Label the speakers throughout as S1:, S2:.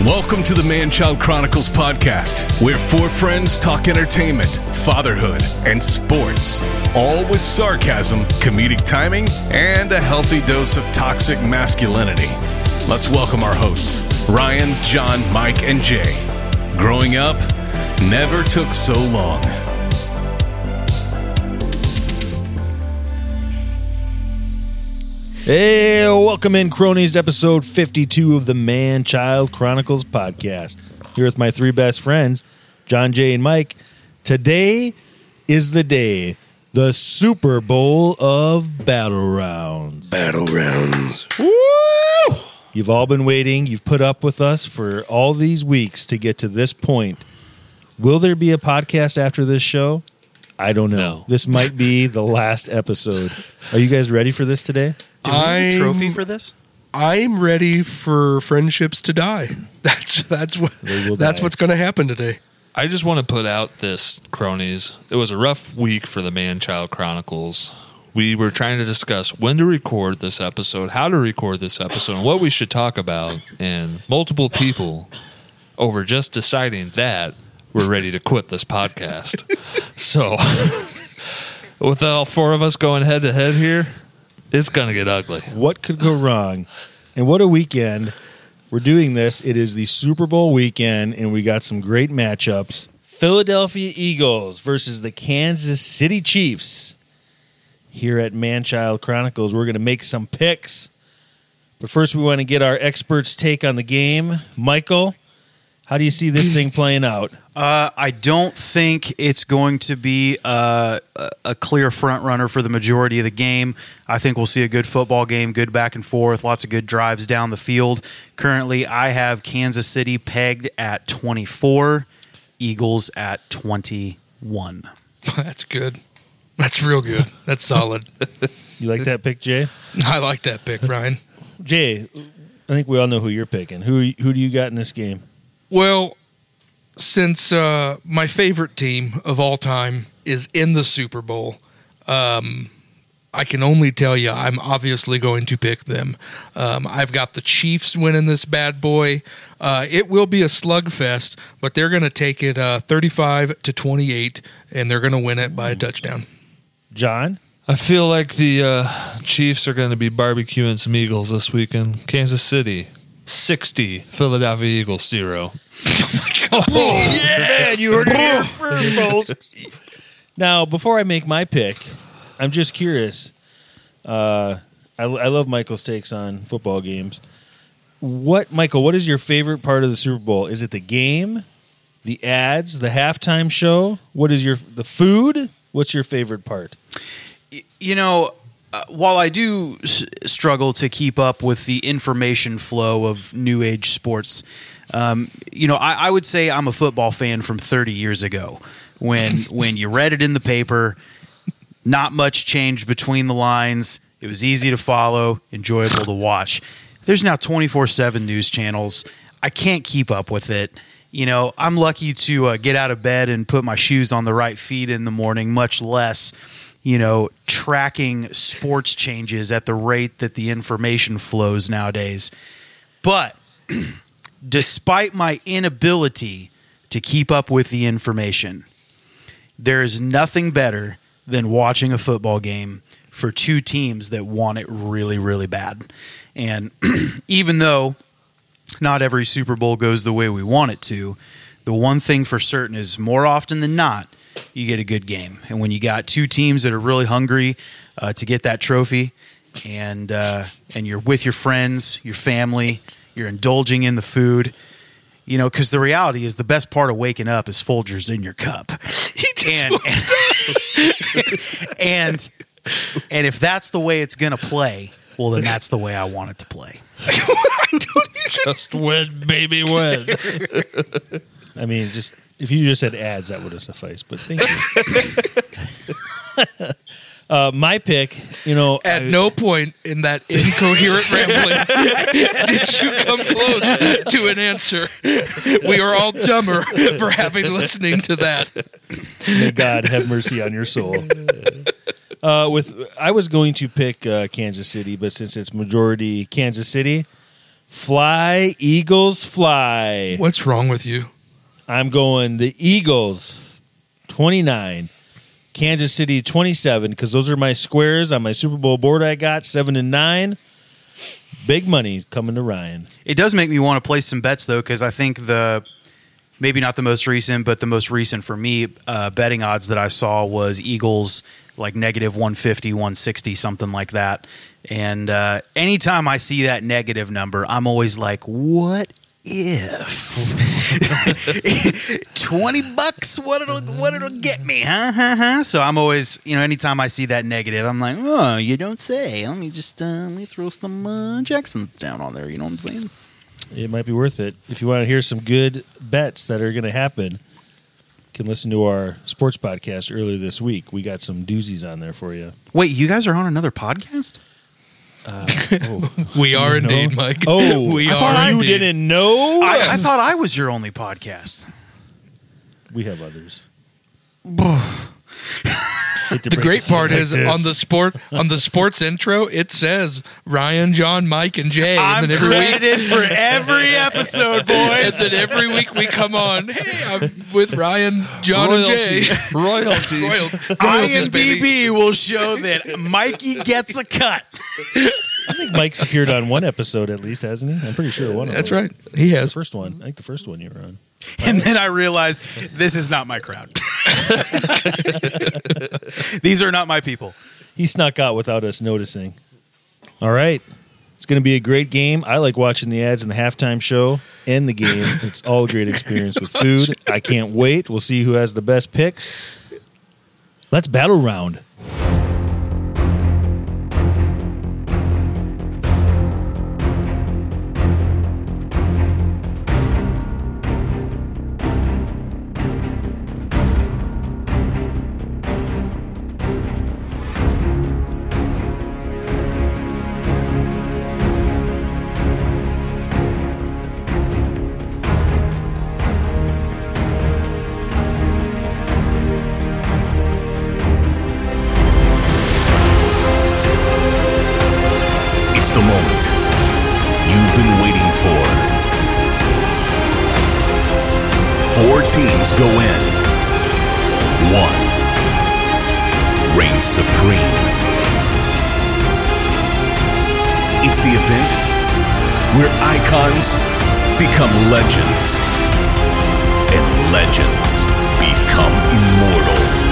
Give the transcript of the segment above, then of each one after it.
S1: Welcome to the Man Child Chronicles podcast, where four friends talk entertainment, fatherhood, and sports, all with sarcasm, comedic timing, and a healthy dose of toxic masculinity. Let's welcome our hosts, Ryan, John, Mike, and Jay. Growing up never took so long.
S2: Hey, welcome in, cronies, to episode 52 of the Man Child Chronicles podcast. Here with my three best friends, John, Jay, and Mike. Today is the day, the Super Bowl of Battle Rounds.
S3: Battle rounds.
S2: You've all been waiting, you've put up with us for all these weeks to get to this point. Will there be a podcast after this show? I don't know.
S4: No.
S2: This might be the last episode. Are you guys ready for this today?
S4: Do we need a trophy
S3: I'm-
S4: for this?
S3: I'm ready for friendships to die. That's that's what
S2: will
S3: that's
S2: die.
S3: what's going to happen today.
S4: I just want to put out this, cronies. It was a rough week for the Man Child Chronicles. We were trying to discuss when to record this episode, how to record this episode, and what we should talk about. And multiple people, over just deciding that, were ready to quit this podcast. so, with all four of us going head to head here, it's going to get ugly.
S2: What could go wrong? And what a weekend. We're doing this. It is the Super Bowl weekend, and we got some great matchups. Philadelphia Eagles versus the Kansas City Chiefs. Here at Manchild Chronicles, we're going to make some picks. But first, we want to get our experts' take on the game. Michael, how do you see this thing playing out?
S5: Uh, I don't think it's going to be uh, a, a clear front runner for the majority of the game. I think we'll see a good football game, good back and forth, lots of good drives down the field. Currently, I have Kansas City pegged at 24, Eagles at 21.
S6: That's good. That's real good. That's solid.
S2: You like that pick, Jay?
S6: I like that pick, Ryan.
S2: Jay, I think we all know who you're picking. Who who do you got in this game?
S6: Well, since uh, my favorite team of all time is in the Super Bowl, um, I can only tell you I'm obviously going to pick them. Um, I've got the Chiefs winning this bad boy. Uh, it will be a slugfest, but they're going to take it uh, 35 to 28, and they're going to win it by a touchdown.
S2: John?
S4: I feel like the uh, Chiefs are going to be barbecuing some Eagles this weekend. Kansas City, 60, Philadelphia Eagles, zero.
S2: Yeah, you heard it here first, folks. Now, before I make my pick, I'm just curious. Uh, I, I love Michael's takes on football games. What, Michael? What is your favorite part of the Super Bowl? Is it the game, the ads, the halftime show? What is your the food? What's your favorite part?
S5: you know, uh, while I do s- struggle to keep up with the information flow of new age sports, um, you know, I, I would say I'm a football fan from 30 years ago when when you read it in the paper. Not much changed between the lines. It was easy to follow, enjoyable to watch. There's now 24 7 news channels. I can't keep up with it. You know, I'm lucky to uh, get out of bed and put my shoes on the right feet in the morning, much less, you know, tracking sports changes at the rate that the information flows nowadays. But despite my inability to keep up with the information, there is nothing better than watching a football game for two teams that want it really, really bad. And even though not every Super Bowl goes the way we want it to, the one thing for certain is more often than not, you get a good game. And when you got two teams that are really hungry uh, to get that trophy, and uh, and you're with your friends, your family, you're indulging in the food, you know, because the reality is the best part of waking up is Folgers in your cup. and, and and if that's the way it's gonna play, well then that's the way I want it to play.
S4: Just win, baby, win.
S2: I mean, just if you just said ads, that would have sufficed. But thank you. uh, my pick, you know,
S6: At
S2: I-
S6: no point in that incoherent rambling did you come close to an answer. We are all dumber for having listening to that.
S2: May God have mercy on your soul. Uh, with I was going to pick uh, Kansas City, but since it's majority Kansas City, Fly, Eagles, fly.
S6: What's wrong with you?
S2: I'm going the Eagles 29, Kansas City 27 because those are my squares on my Super Bowl board I got 7 and 9. Big money coming to Ryan.
S5: It does make me want to place some bets though, because I think the maybe not the most recent, but the most recent for me uh, betting odds that I saw was Eagles like negative 150, 160, something like that. And uh, anytime I see that negative number, I'm always like, what? If twenty bucks, what it'll what it'll get me, huh? huh, huh? So I'm always, you know, anytime I see that negative, I'm like, oh, you don't say. Let me just uh, let me throw some uh, Jacksons down on there. You know what I'm saying?
S2: It might be worth it. If you want to hear some good bets that are going to happen, you can listen to our sports podcast earlier this week. We got some doozies on there for you.
S5: Wait, you guys are on another podcast?
S6: We are indeed, Mike.
S2: Oh,
S6: we
S2: I
S6: are.
S2: thought you
S6: indeed.
S2: didn't know.
S5: I, I thought I was your only podcast.
S2: we have others.
S6: The great part is on the sport on the sports intro it says Ryan, John, Mike, and Jay, and then every week,
S5: for every episode,
S6: and then every week we come on. Hey, I'm with Ryan, John, and Jay.
S4: Royalties. Royalties.
S6: Royal- royalties, baby.
S5: IMDb will show that Mikey gets a cut.
S2: I think Mike's appeared on one episode at least, hasn't he? I'm pretty sure one. of
S6: That's
S2: them.
S6: right. He
S2: The
S6: has.
S2: first one. I think the first one you were on.
S5: And then I realized this is not my crowd. These are not my people.
S2: He snuck out without us noticing. All right. It's going to be a great game. I like watching the ads in the halftime show and the game. It's all a great experience with food. I can't wait. We'll see who has the best picks. Let's battle round.
S1: It's the moment you've been waiting for. Four teams go in. One reigns supreme. It's the event where icons become legends and legends become immortal.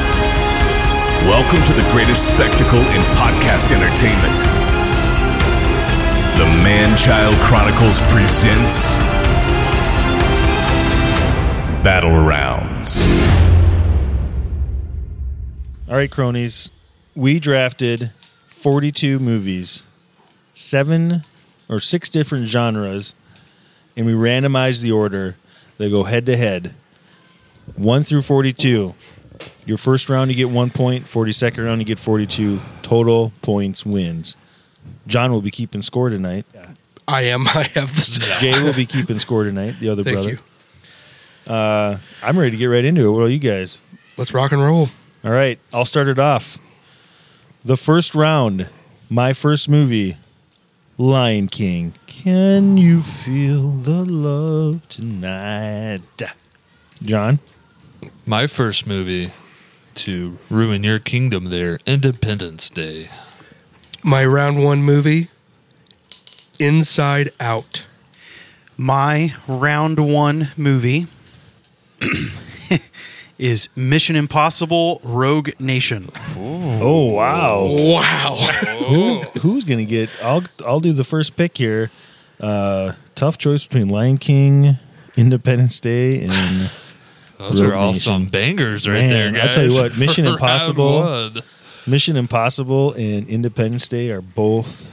S1: Welcome to the greatest spectacle in podcast entertainment. The Man Child Chronicles presents Battle Rounds.
S2: All right, cronies. We drafted 42 movies, seven or six different genres, and we randomized the order. They go head to head, one through 42. Your first round, you get one point. 42nd round, you get 42. Total points wins. John will be keeping score tonight.
S6: I am. I have this.
S2: Jay will be keeping score tonight, the other
S6: Thank
S2: brother. Uh,
S6: you.
S2: I'm ready to get right into it. What are you guys?
S6: Let's rock and roll.
S2: All right, I'll start it off. The first round, my first movie, Lion King. Can you feel the love tonight? John?
S4: My first movie to ruin your kingdom there, Independence Day.
S6: My round one movie, Inside Out.
S5: My round one movie is Mission Impossible Rogue Nation.
S2: Oh wow.
S6: Wow.
S2: Who, who's gonna get I'll I'll do the first pick here. Uh tough choice between Lion King, Independence Day, and
S4: Those
S2: Rogue
S4: are all
S2: Nation.
S4: some bangers right
S2: Man,
S4: there,
S2: I'll
S4: guys.
S2: tell you what, Mission
S4: Round
S2: Impossible.
S4: one.
S2: Mission Impossible and Independence Day are both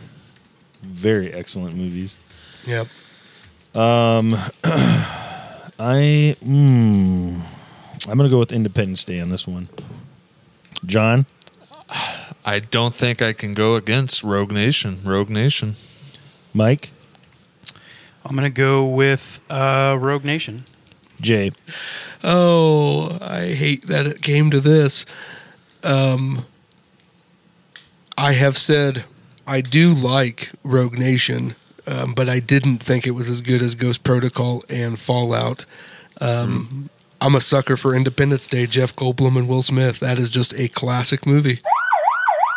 S2: very excellent movies.
S6: yep.
S2: I mm, I'm gonna go with Independence Day on this one. John,
S4: I don't think I can go against Rogue Nation. Rogue Nation.
S2: Mike,
S5: I'm going to go with uh, Rogue Nation.
S2: Jay.
S6: Oh, I hate that it came to this. Um, I have said I do like Rogue Nation um, but I didn't think it was as good as Ghost Protocol and Fallout. Um, I'm a sucker for Independence Day, Jeff Goldblum and Will Smith. That is just a classic movie.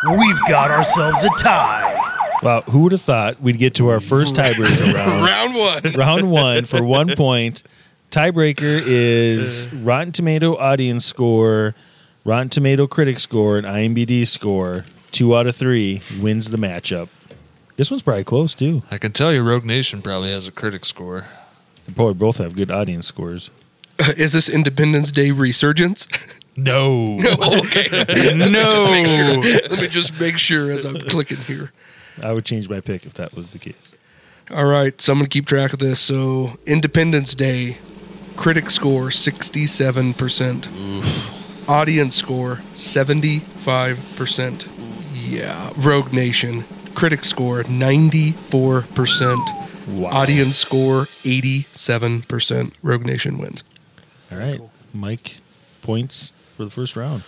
S7: We've got ourselves a tie.
S2: Wow, who would have thought we'd get to our first tiebreaker round?
S6: Round one.
S2: round one for one point. Tiebreaker is Rotten Tomato audience score, Rotten Tomato critic score, and IMDb score. Two out of three wins the matchup. This one's probably close too.
S4: I can tell you, Rogue Nation probably has a critic score.
S2: They probably both have good audience scores.
S6: Is this Independence Day resurgence?
S4: No,
S6: no. Let me just make sure as I'm clicking here.
S2: I would change my pick if that was the case.
S6: All right, so I'm gonna keep track of this. So Independence Day, critic score 67 percent, audience score 75 percent. Yeah, Rogue Nation, critic score 94 percent, audience score 87 percent. Rogue Nation wins.
S2: All right, Mike, points for the first round.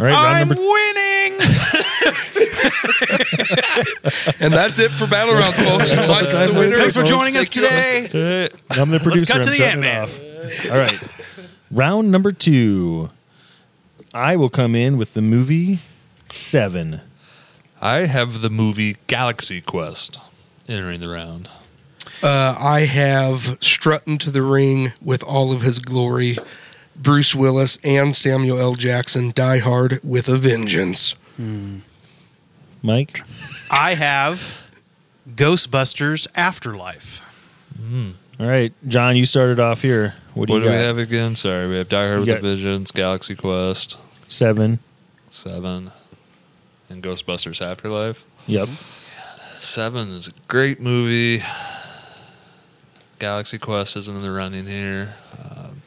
S2: All right, round
S5: I'm
S2: number
S5: winning.
S6: And that's it for Battle Round, folks. Mike's the winner.
S5: Thanks for joining us today.
S2: I'm the producer.
S5: cut to
S2: I'm
S5: the
S2: shutting
S5: Ant-Man.
S2: it off. All right. Round number two. I will come in with the movie Seven.
S4: I have the movie Galaxy Quest entering the round.
S6: Uh, I have strutting to the ring with all of his glory. Bruce Willis and Samuel L. Jackson, Die Hard with a Vengeance.
S2: Mike,
S5: I have Ghostbusters Afterlife.
S2: all right, John, you started off here. What do
S4: What
S2: you
S4: do we
S2: got?
S4: have again? Sorry, we have Die Hard
S2: You
S4: with
S2: got-
S4: the Visions, Galaxy Quest
S2: Seven.
S4: Seven, and Ghostbusters Afterlife.
S2: Yep.
S4: Seven is a great movie. Galaxy Quest isn't in the running here. Um,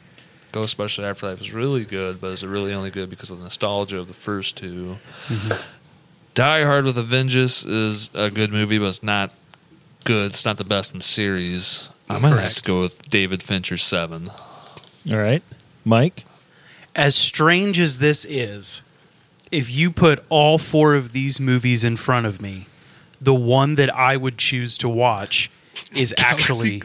S4: Ghostbusters Afterlife is really good, but is it really only good because of the nostalgia of the first two? Die Hard with a Vengeance is a good movie, but it's not good. It's not the best in the series. I might have to go with David Fincher's Seven.
S2: All right, Mike.
S5: As strange as this is, if you put all four of these movies in front of me, the one that I would choose to watch is actually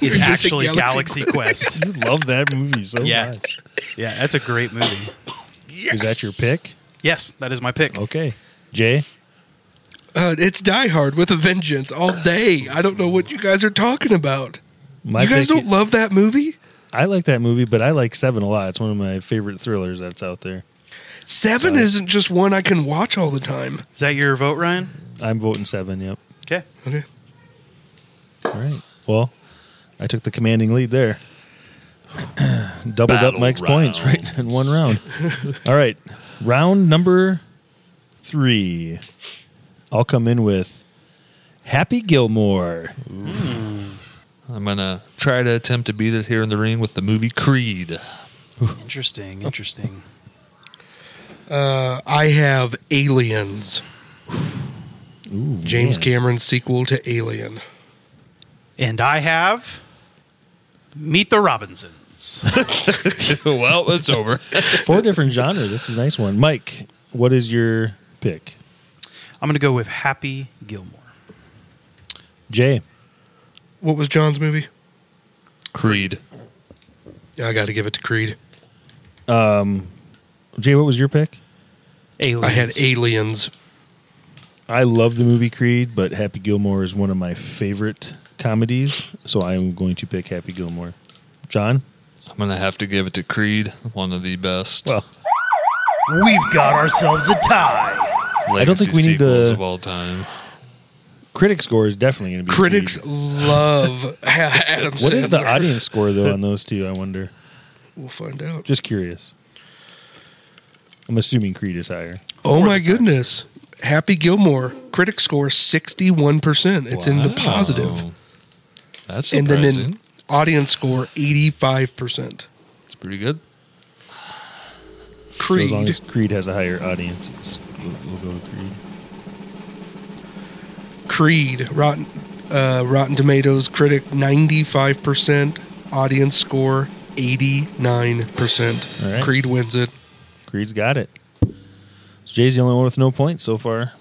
S5: is
S6: You said
S5: actually
S6: Galaxy
S5: Galaxy Quest.
S2: You love that movie so
S5: Yeah.
S2: much.
S5: yeah, that's a great movie.
S2: Is that your pick?
S5: Yes, that is my pick.
S2: Okay, Jay.
S6: Uh, it's Die Hard with a Vengeance all day. I don't know what you guys are talking about.
S2: My
S6: you guys
S2: pick-
S6: don't love that movie?
S2: I like that movie, but I like Seven a lot. It's one of my favorite thrillers that's out there.
S6: Seven isn't just one I can watch all the time.
S5: Is that your vote, Ryan?
S2: I'm voting Seven. Yep.
S5: Okay.
S6: Okay.
S2: All right. Well, I took the commanding lead there. Doubled up
S4: Battle
S2: Mike's points right in one round. All right. Round number three. I'll come in with Happy Gilmore.
S4: I'm gonna try to attempt to beat it here in the ring with the movie Creed.
S5: Interesting, interesting.
S6: Uh, I have Aliens. James Cameron's sequel to Alien.
S5: and I have Meet the Robinsons.
S4: well, it's over.
S2: Four different genre. This is a nice one. Mike, what is your pick?
S5: I'm going to go with Happy Gilmore.
S2: Jay.
S6: What was John's movie?
S4: Creed.
S6: I got to give it to Creed.
S2: Jay, what was your pick?
S5: Aliens.
S6: I had Aliens.
S2: I love the movie Creed, but Happy Gilmore is one of my favorite comedies, so I am going to pick Happy Gilmore. John?
S4: I'm gonna have to give it to Creed, one of the best.
S2: Well,
S7: We've got ourselves a tie.
S4: legacy
S2: don't think we need
S4: sequels
S2: to-
S4: of all time.
S2: critic score is definitely going to be
S6: Critics
S2: Creed.
S6: love Adam
S2: What is the
S6: Sandler.
S2: audience score though on those two? I wonder.
S6: We'll find out.
S2: Just curious. I'm assuming Creed is higher.
S6: oh my goodness. Happy Gilmore, critic score 61%. It's in the
S4: Wow.
S6: positive.
S4: That's
S6: And
S4: surprising.
S6: then in audience score 85%.
S4: it's pretty good.
S2: So as long
S6: Creed.
S2: as Creed has a higher audience, it's, we'll, we'll go with Creed.
S6: Creed, Rotten uh, Rotten Tomatoes critic 95%, audience score 89%.
S2: All right.
S6: Creed wins it.
S2: Creed's got it. So Jay's the only one with no points so far.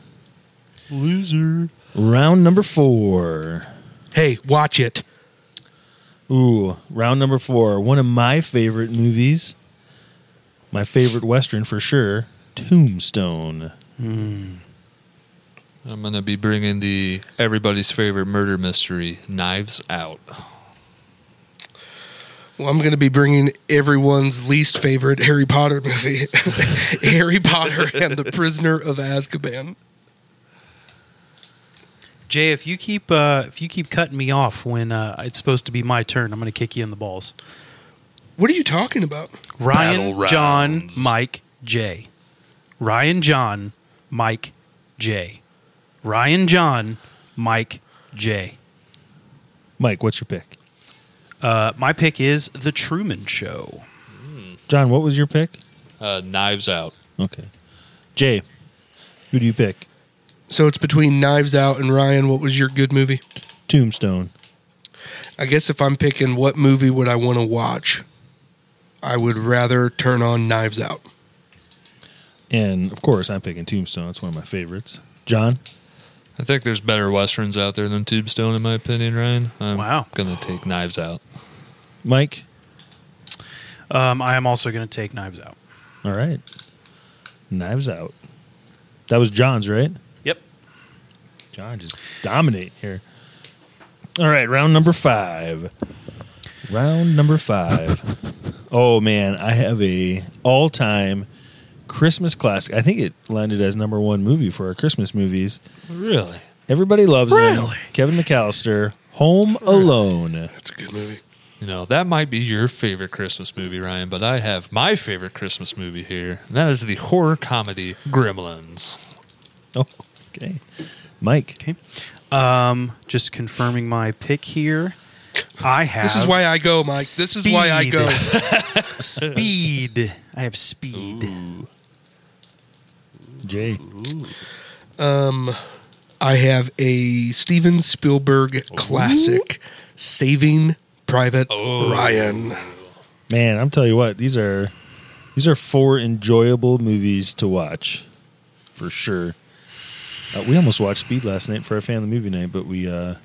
S2: Loser. Round number four.
S6: Hey, watch it.
S2: Ooh, round number four. One of my favorite movies. My favorite Western for sure. Tombstone.
S4: I'm going to be bringing the everybody's favorite murder mystery, Knives Out.
S6: Well, I'm going to be bringing everyone's least favorite Harry Potter movie, Harry Potter and the Prisoner of Azkaban.
S5: Jay, if you keep uh, if you keep cutting me off when uh, it's supposed to be my turn, I'm going to kick you in the balls.
S6: What are you talking about?
S5: Ryan,
S4: Battle
S5: John,
S4: rounds.
S5: Mike, Jay. Ryan, John, Mike, Jay. Ryan, John, Mike, Jay.
S2: Mike, what's your pick?
S5: Uh, my pick is The Truman Show.
S2: John, what was your pick?
S4: Uh, Knives Out.
S2: Okay. Jay, who do you pick?
S6: So it's between Knives Out and Ryan. What was your good movie?
S2: Tombstone.
S6: I guess if I'm picking what movie would I want to watch, I would rather turn on Knives Out.
S2: And of course, I'm picking Tombstone. It's one of my favorites. John?
S4: I think there's better westerns out there than Tombstone, in my opinion, Ryan. I'm
S5: Wow.
S4: going to take Knives Out.
S2: Mike?
S5: Um, I am also going to take Knives Out.
S2: All right. Knives out. That was John's, right?
S5: Yep.
S2: John just dominate here. All right, round number five. Round number five. oh man, I have a all-time Christmas classic. I think it landed as number one movie for our Christmas movies.
S4: Really?
S2: Everybody loves him. Kevin McAllister, Home Alone.
S6: That's a good movie.
S4: You know, that might be your favorite Christmas movie, Ryan, but I have my favorite Christmas movie here, and that is the horror comedy Gremlins.
S2: Oh, okay. Mike.
S5: Okay. Um, just confirming my pick here. I have
S6: This is why I go, Mike. This is why I go.
S5: speed. I have speed.
S2: Jay.
S6: Um, I have a Steven Spielberg classic, Saving Private Ryan.
S2: Man, I'm telling you what, these are these are four enjoyable movies to watch for sure. Uh, we almost watched Speed last night for our family movie night, but we uh,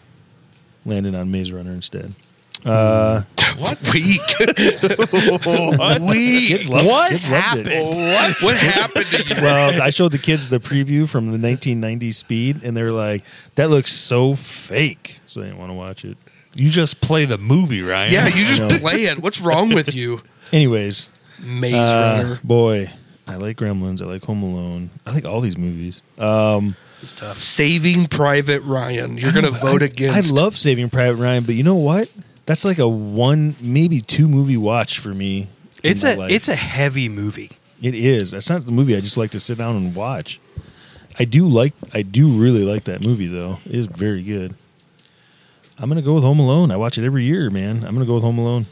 S2: landed on Maze Runner instead. Uh,
S6: Weak.
S2: kids loved what kids happened?
S6: what happened to you?
S2: Well, I showed the kids the preview from the 1990 Speed, and they're like, "That looks so fake," so they didn't want to watch it.
S4: You just play the movie, Ryan.
S6: Yeah, you
S2: I know.
S6: just play it. What's wrong with you?
S2: Anyways,
S6: Maze
S2: uh,
S6: Runner.
S2: boy, I like Gremlins. I like Home Alone. I like all these movies.
S5: It's tough.
S6: Saving Private Ryan. You're going to vote against.
S2: I love Saving Private Ryan, but you know what? That's like a one, maybe two movie watch for me. in
S5: It's
S2: my
S5: a
S2: life.
S5: it's a heavy movie.
S2: it is. That's not the movie I just like to sit down and watch. I do like I do really like that movie though. It is very good. I'm gonna go with Home Alone. I watch it every year, man. I'm gonna go with Home Alone.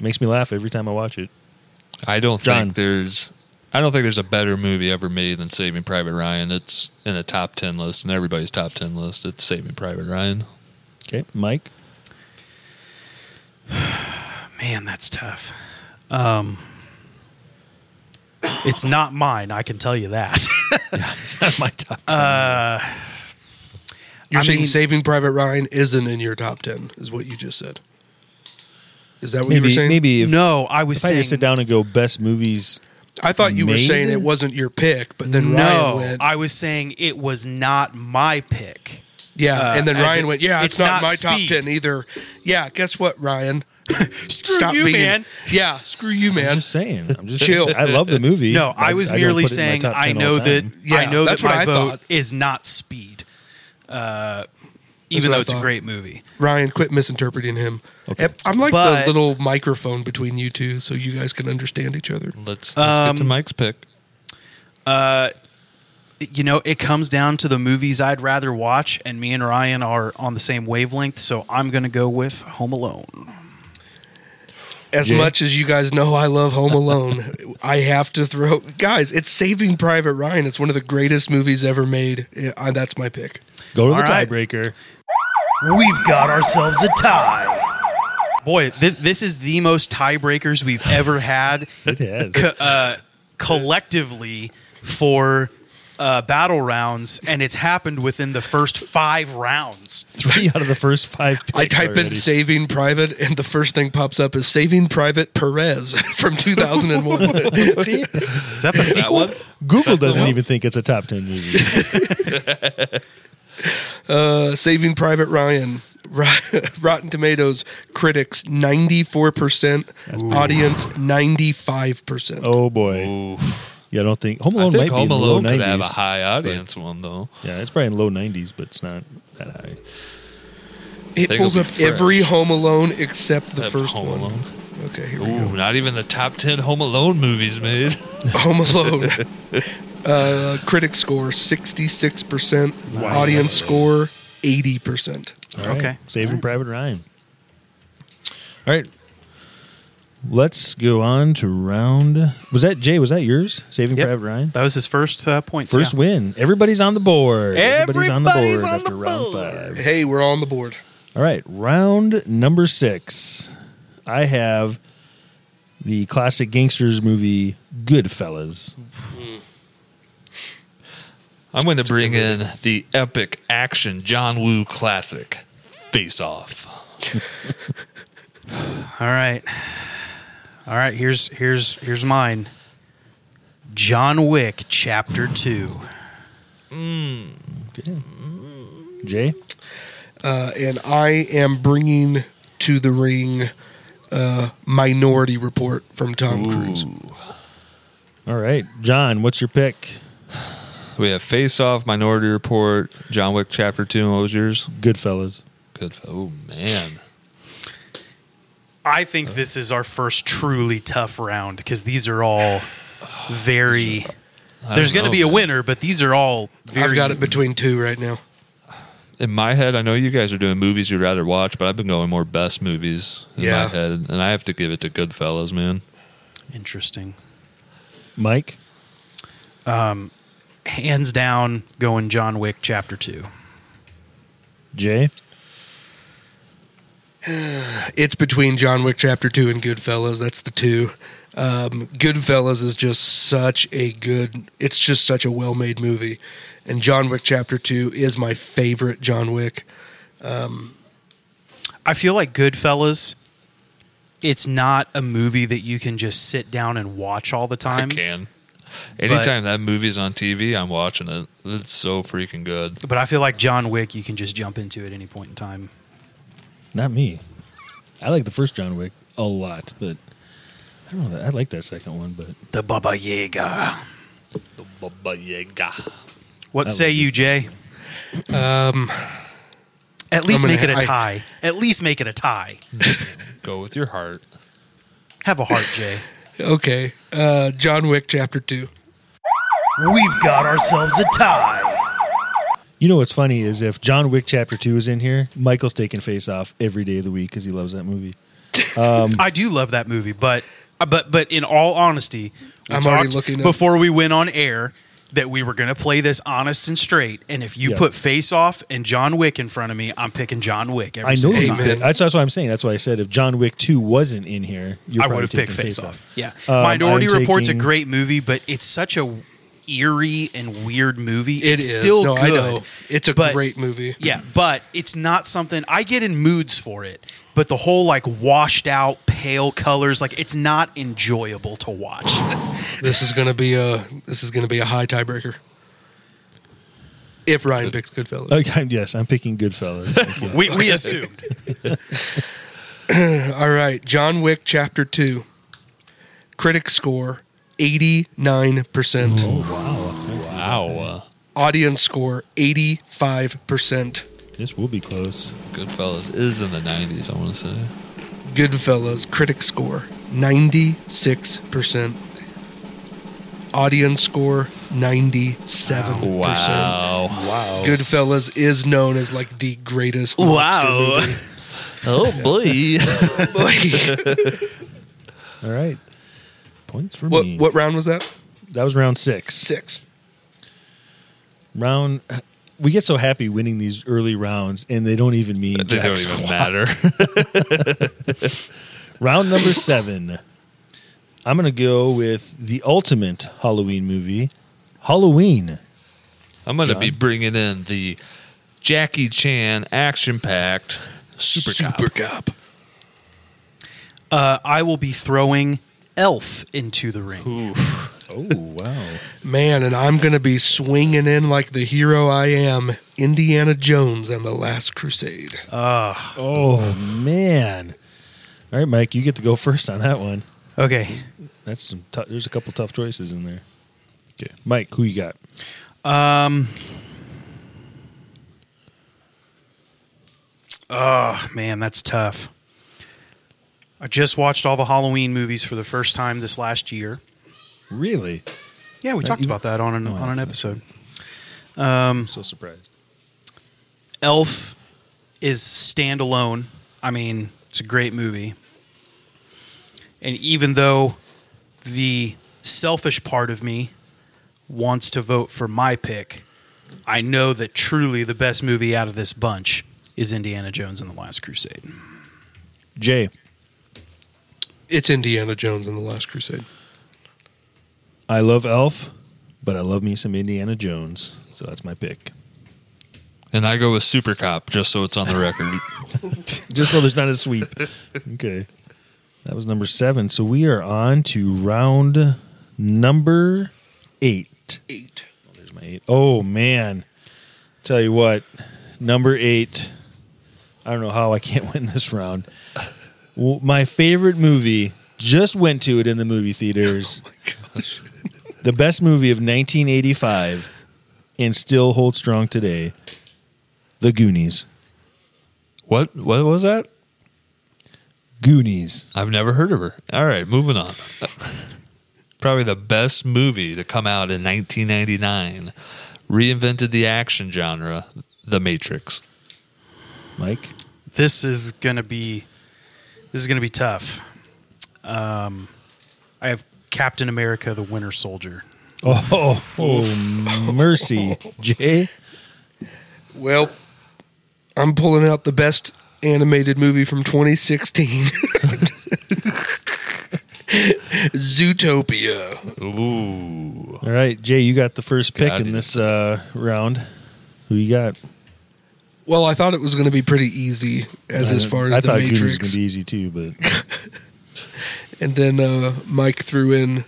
S2: Makes me laugh every time I watch it.
S4: I don't
S2: John.
S4: think there's I don't think there's a better movie ever made than Saving Private Ryan. It's in a top ten list, and everybody's top ten list. It's Saving Private Ryan.
S2: Okay, Mike.
S5: Man, that's tough. Um, it's not mine. I can tell you that.
S4: My top
S6: You're
S5: I
S6: saying
S5: mean-
S6: Saving Private Ryan isn't in your top 10, is what you just said. Is that what you were
S2: Maybe
S6: saying?
S2: maybe if,
S5: no, I was
S2: if I
S5: saying
S2: just sit down and go best movies.
S6: I thought you were
S2: Made?
S6: saying it wasn't your pick, but then Ryan
S5: no.
S6: went.
S5: I was saying it was not my pick.
S6: yeah,
S5: uh,
S6: and then
S5: as
S6: Ryan
S5: it-
S6: went, yeah, it's,
S5: it's
S6: not,
S5: not
S6: my
S5: speed.
S6: top 10 either. Yeah, guess what, Ryan?
S5: Screw
S6: Stop
S5: you,
S6: being-
S5: man.
S6: Yeah, screw you,
S2: I'm
S6: man.
S2: just saying. I'm just
S6: Chill.
S2: I love the movie.
S5: No, I, was
S2: don't
S5: merely
S2: put it in my
S5: saying
S2: top
S5: I
S2: 10 all
S5: know
S2: the
S5: that
S2: time.
S5: I
S6: Yeah,
S5: know that
S6: that's what
S5: my
S6: I
S5: vote
S6: thought.
S5: is not speed. Uh,
S6: what
S5: even though
S6: I
S5: it's a
S6: thought.
S5: great movie.
S6: Ryan, quit misinterpreting him.
S2: Okay.
S6: I'm like
S5: But-
S6: the little microphone between you two so you guys can understand each other.
S4: Let's let's
S5: Um,
S4: get to Mike's pick.
S5: Uh, you know, it comes down to the movies I'd rather watch, and me and Ryan are on the same wavelength, so I'm going to go with Home Alone.
S6: As much as you guys know, I love Home Alone. I have to throw guys. It's Saving Private Ryan. It's one of the greatest movies ever made. Yeah, I, that's my pick.
S2: Go to the
S5: All right.
S2: tiebreaker.
S7: We've got ourselves a tie.
S5: Boy, this, this is the most tiebreakers we've ever had
S2: It has.
S5: co- uh, collectively for uh, battle rounds, and it's happened within the first five rounds.
S2: Three out of the first five.
S6: I
S2: picks
S6: type in
S2: already.
S6: Saving Private, and the first thing pops up is Saving Private Perez from 2001.
S2: See?
S5: Is that the
S4: That
S5: sequel?
S4: one?
S2: Google doesn't even think it's a top ten movie.
S6: uh, Saving Private Ryan. Rot- Rotten Tomatoes critics 94%, audience 95%.
S2: Oh boy. Yeah, I don't think Home Alone
S4: I think
S2: might
S4: Home
S2: be in
S4: Alone
S2: low 90s.
S4: could have a high audience one though.
S2: Yeah, it's probably in low 90s, but it's not that high.
S6: it
S4: think it'll
S6: pulls
S4: be
S6: up every
S4: fresh.
S6: Home Alone except the
S4: That
S6: first
S4: Home
S6: one.
S4: Alone.
S6: Okay, here we
S4: Ooh, not even the top ten Home Alone movies made.
S6: go. Home Alone. uh, critic score 66%, audience score 80%.
S2: All right.
S5: Okay.
S2: Saving Private Ryan. All right. Let's go on to round. Was that Jay? Was that yours? Saving
S5: Yep.
S2: Private Ryan?
S5: That was his first uh, points.
S2: First
S5: yeah.
S2: win. Everybody's on the board. Everybody's on the board
S5: Everybody's on
S2: after
S5: the
S2: round
S5: board.
S2: five.
S6: Hey, we're on the board.
S2: All right, round number six. I have the classic gangsters movie Goodfellas.
S4: I'm going to bring in the epic action John Woo classic, Face Off.
S5: All right, all right. Here's here's here's mine. John Wick Chapter Two.
S2: Jay,
S6: Uh, and I am bringing to the ring uh, Minority Report from Tom Cruise.
S2: all right, John, what's your pick?
S4: We have Face Off, Minority Report, John Wick Chapter Two. and What was yours?
S2: Goodfellas.
S4: Good. Oh man,
S5: I think this is our first truly tough round because these are all very.
S4: I
S5: There's
S4: don't
S5: going to
S4: know,
S5: be a
S4: man.
S5: winner, but these are all very.
S6: I've got it between two right now.
S4: in my head, I know you guys are doing movies you'd rather watch, but I've been going more best movies in
S6: Yeah.
S4: my head, and I have to give it to Goodfellas, man.
S5: interesting.
S2: Mike,
S5: Hands down, going John Wick Chapter Two.
S2: Jay,
S6: It's between John Wick Chapter 2 and Goodfellas. That's the two. Um, Goodfellas is just such a good, it's just such a well made movie. And John Wick Chapter 2 is my favorite John Wick.
S5: I feel like Goodfellas. It's not a movie that you can just sit down and watch all the
S4: I
S5: time.
S4: can. Anytime that movie's on TV, I'm watching it. It's so freaking good.
S5: But I feel like John Wick, you can just jump into at any point in time.
S2: not me. I like the first John Wick a lot, but I don't know. That. I like that second one, but
S5: The Baba Yaga.
S4: Baba Yaga.
S5: What
S2: I
S5: say
S2: love
S5: you, Jay?
S6: Um,
S5: At least
S6: gonna
S5: make it a
S6: ha- I-
S5: tie. At least make it a tie.
S4: Go with your heart.
S5: Have a heart, Jay.
S6: okay. Uh, John Wick Chapter 2.
S7: We've got ourselves a tie.
S2: you know what's funny is if John Wick Chapter Two is in here, Michael's taking Face Off every day of the week because he loves that movie.
S5: I do love that movie, but uh, but but in all honesty, we
S6: I'm already
S5: talked
S6: looking up-
S5: before we went on air that we were going to play this honest and straight. And if you
S2: Yeah.
S5: put Face Off and John Wick in front of me, I'm picking John Wick every
S2: I know
S5: single
S2: you
S5: time.
S2: did. That's, that's what I'm saying. That's why I said if John Wick 2 wasn't in here, you
S5: I would have picked Face Off. Yeah,
S2: Um,
S5: Minority Report's a great movie, but it's such a eerie and weird movie.
S6: It
S5: it's
S6: is.
S5: still
S6: No,
S5: good.
S6: I know. It's a
S5: but-
S6: great movie.
S5: Yeah, but it's not something I get in moods for it. But the whole like washed out pale colors, like it's not enjoyable to watch.
S6: This is gonna be a this is gonna be a high tiebreaker. If Ryan picks Goodfellas,
S2: Okay, yes, I'm picking Goodfellas. Thank you.
S5: we we assume.
S6: all right. John Wick Chapter Two, critic score eighty nine percent,
S4: Wow.
S6: audience score eighty five percent.
S2: this will be close.
S4: Goodfellas is in the 90s, I want to say.
S6: Goodfellas critic score ninety six percent, audience score ninety seven percent.
S4: Wow.
S6: Goodfellas is known as like the greatest. mobster
S5: Wow.
S6: movie.
S4: Oh, boy.
S2: All right. Points for
S6: what
S2: me.
S6: what round was that?
S2: That was round six.
S6: Six.
S2: Round. We get so happy winning these early rounds, and they don't even mean
S4: they
S2: jack
S4: don't even
S2: squat.
S4: matter.
S2: Round number seven. I'm going to go with the ultimate Halloween movie, Halloween
S4: I'm going to
S2: John?
S4: be bringing in the Jackie Chan action packed Super, Cop.
S6: Cup.
S5: Uh, I will be throwing Elf into the ring.
S2: Oh wow!
S6: Man, and I'm going to be swinging in like the hero I am, Indiana Jones and the Last Crusade.
S2: Oh man! All right, Mike, you get to go first on that one.
S5: Okay.
S2: That's some tou- there's a couple tough choices in there. Okay, Mike, who you got?
S5: Um. Oh man, that's tough. I just watched all the Halloween movies for the first time this last year.
S2: Really?
S5: Yeah, we
S2: Uh,
S5: talked
S2: you-
S5: about that on an
S2: Oh,
S5: on an
S2: okay.
S5: episode.
S2: I'm so surprised.
S5: Elf is standalone. I mean, it's a great movie. And even though the selfish part of me wants to vote for my pick, I know that truly the best movie out of this bunch is Indiana Jones and the Last Crusade.
S2: Jay,
S6: It's Indiana Jones and the Last Crusade.
S2: I love Elf, but I love me some Indiana Jones, so that's my pick.
S4: And I go with Super Cop just so it's on the record.
S2: Just so there's not a sweep. okay, that was number seven. So we are on to round number eight.
S6: Eight.
S2: There's my eight. Oh man. Tell you what, number eight. I don't know how I can't win this round. Well, my favorite movie just went to it in the movie theaters. the best movie of 1985 and still holds strong today. The Goonies.
S4: what What was that?
S2: Goonies.
S4: I've never heard of her. All right, moving on. Probably the best movie to come out in 1999. Reinvented the action genre, The Matrix.
S2: Mike.
S5: This is gonna be this is gonna be tough. Um, I have Captain America: The Winter Soldier.
S2: Oh, oh mercy. Jay.
S6: Well, I'm pulling out the best animated movie from 2016 Zootopia.
S4: Ooh.
S2: All right, Jay, you got the first pick
S4: God,
S2: in
S4: dude.
S2: this uh, round. Who you got?
S6: Well, I thought it was going to be pretty easy as, as
S2: I-
S6: far as
S2: I
S6: the
S2: thought Goonies was
S6: Matrix.
S2: gonna be easy too, but
S6: And then uh, Mike threw in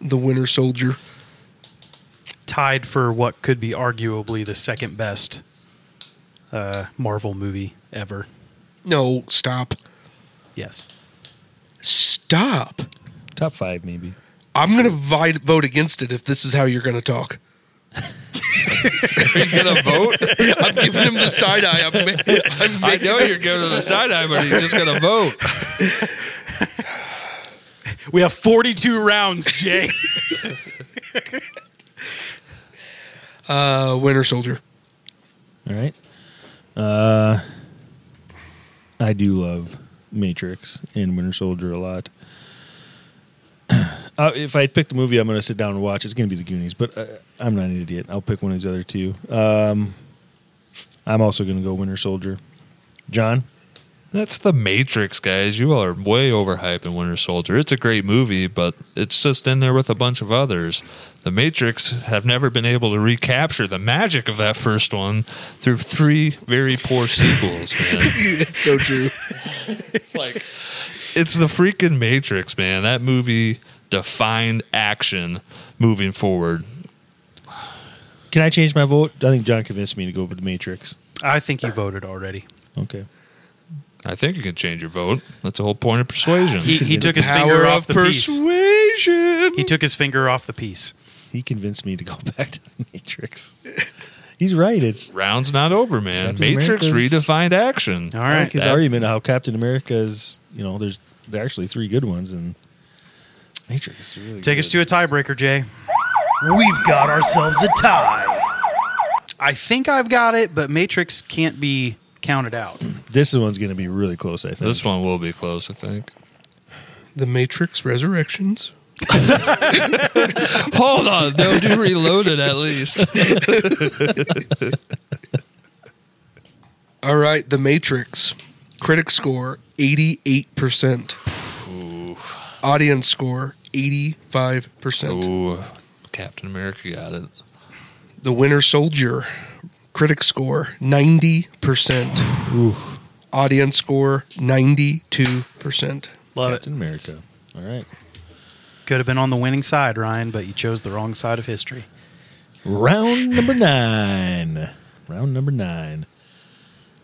S6: The Winter Soldier.
S5: tied for what could be arguably the second best uh, Marvel movie ever.
S6: No, stop.
S5: Yes.
S6: Stop.
S2: top five maybe.
S6: I'm going to vi- vote against it if this is how you're going to talk.
S4: Are you going to vote?
S6: I'm giving him the side eye. I'm, I'm
S4: I know you're going to the side eye, but you're just going to vote.
S5: We have 42 rounds, Jay.
S6: uh, Winter Soldier.
S2: All right. Uh, I do love Matrix and Winter Soldier a lot. uh, if I pick the movie, I'm going to sit down and watch. It's going to be The Goonies, but uh, I'm not an idiot. I'll pick one of these other two. Um, I'm also going to go Winter Soldier. John,
S4: That's The Matrix, guys. You all are way overhyping Winter Soldier. It's a great movie, but it's just in there with a bunch of others. The Matrix have never been able to recapture the magic of that first one through three very poor sequels, man.
S6: It's so true.
S4: like it's the freaking matrix man that movie defined action moving forward
S2: can I change my vote? I think John convinced me to go with The Matrix.
S5: I think you voted already.
S2: Okay.
S4: i think you can change your vote that's the whole point of persuasion
S5: He, he took his
S6: Power
S5: finger
S6: of
S5: off the piece.
S6: Persuasion.
S5: He took his finger off the piece.
S2: He convinced me to go back to The Matrix. He's right. It's
S4: round's not over man
S2: Captain
S4: matrix
S2: America's-
S4: redefined action
S5: All
S2: I
S5: right.
S2: like his
S4: that-
S2: argument how Captain America is, you know, there's there are actually three good ones and Matrix is really
S5: Take us to a tiebreaker, Jay.
S7: We've got ourselves a tie.
S5: I think I've got it, but Matrix can't be counted out.
S2: This one's going to be really close, I think.
S4: this one will be close i think
S6: The Matrix Resurrections.
S4: hold on no do reload it at least
S6: All right, The Matrix. Critic score 88%. Audience score 85%.
S4: Ooh, captain america got it
S6: The Winter Soldier critic score 90%. Audience score 92%.
S5: Love it.
S2: Captain America. All right.
S5: Could have been on the winning side, Ryan, but you chose the wrong side of history.
S2: Round number nine. Round number nine.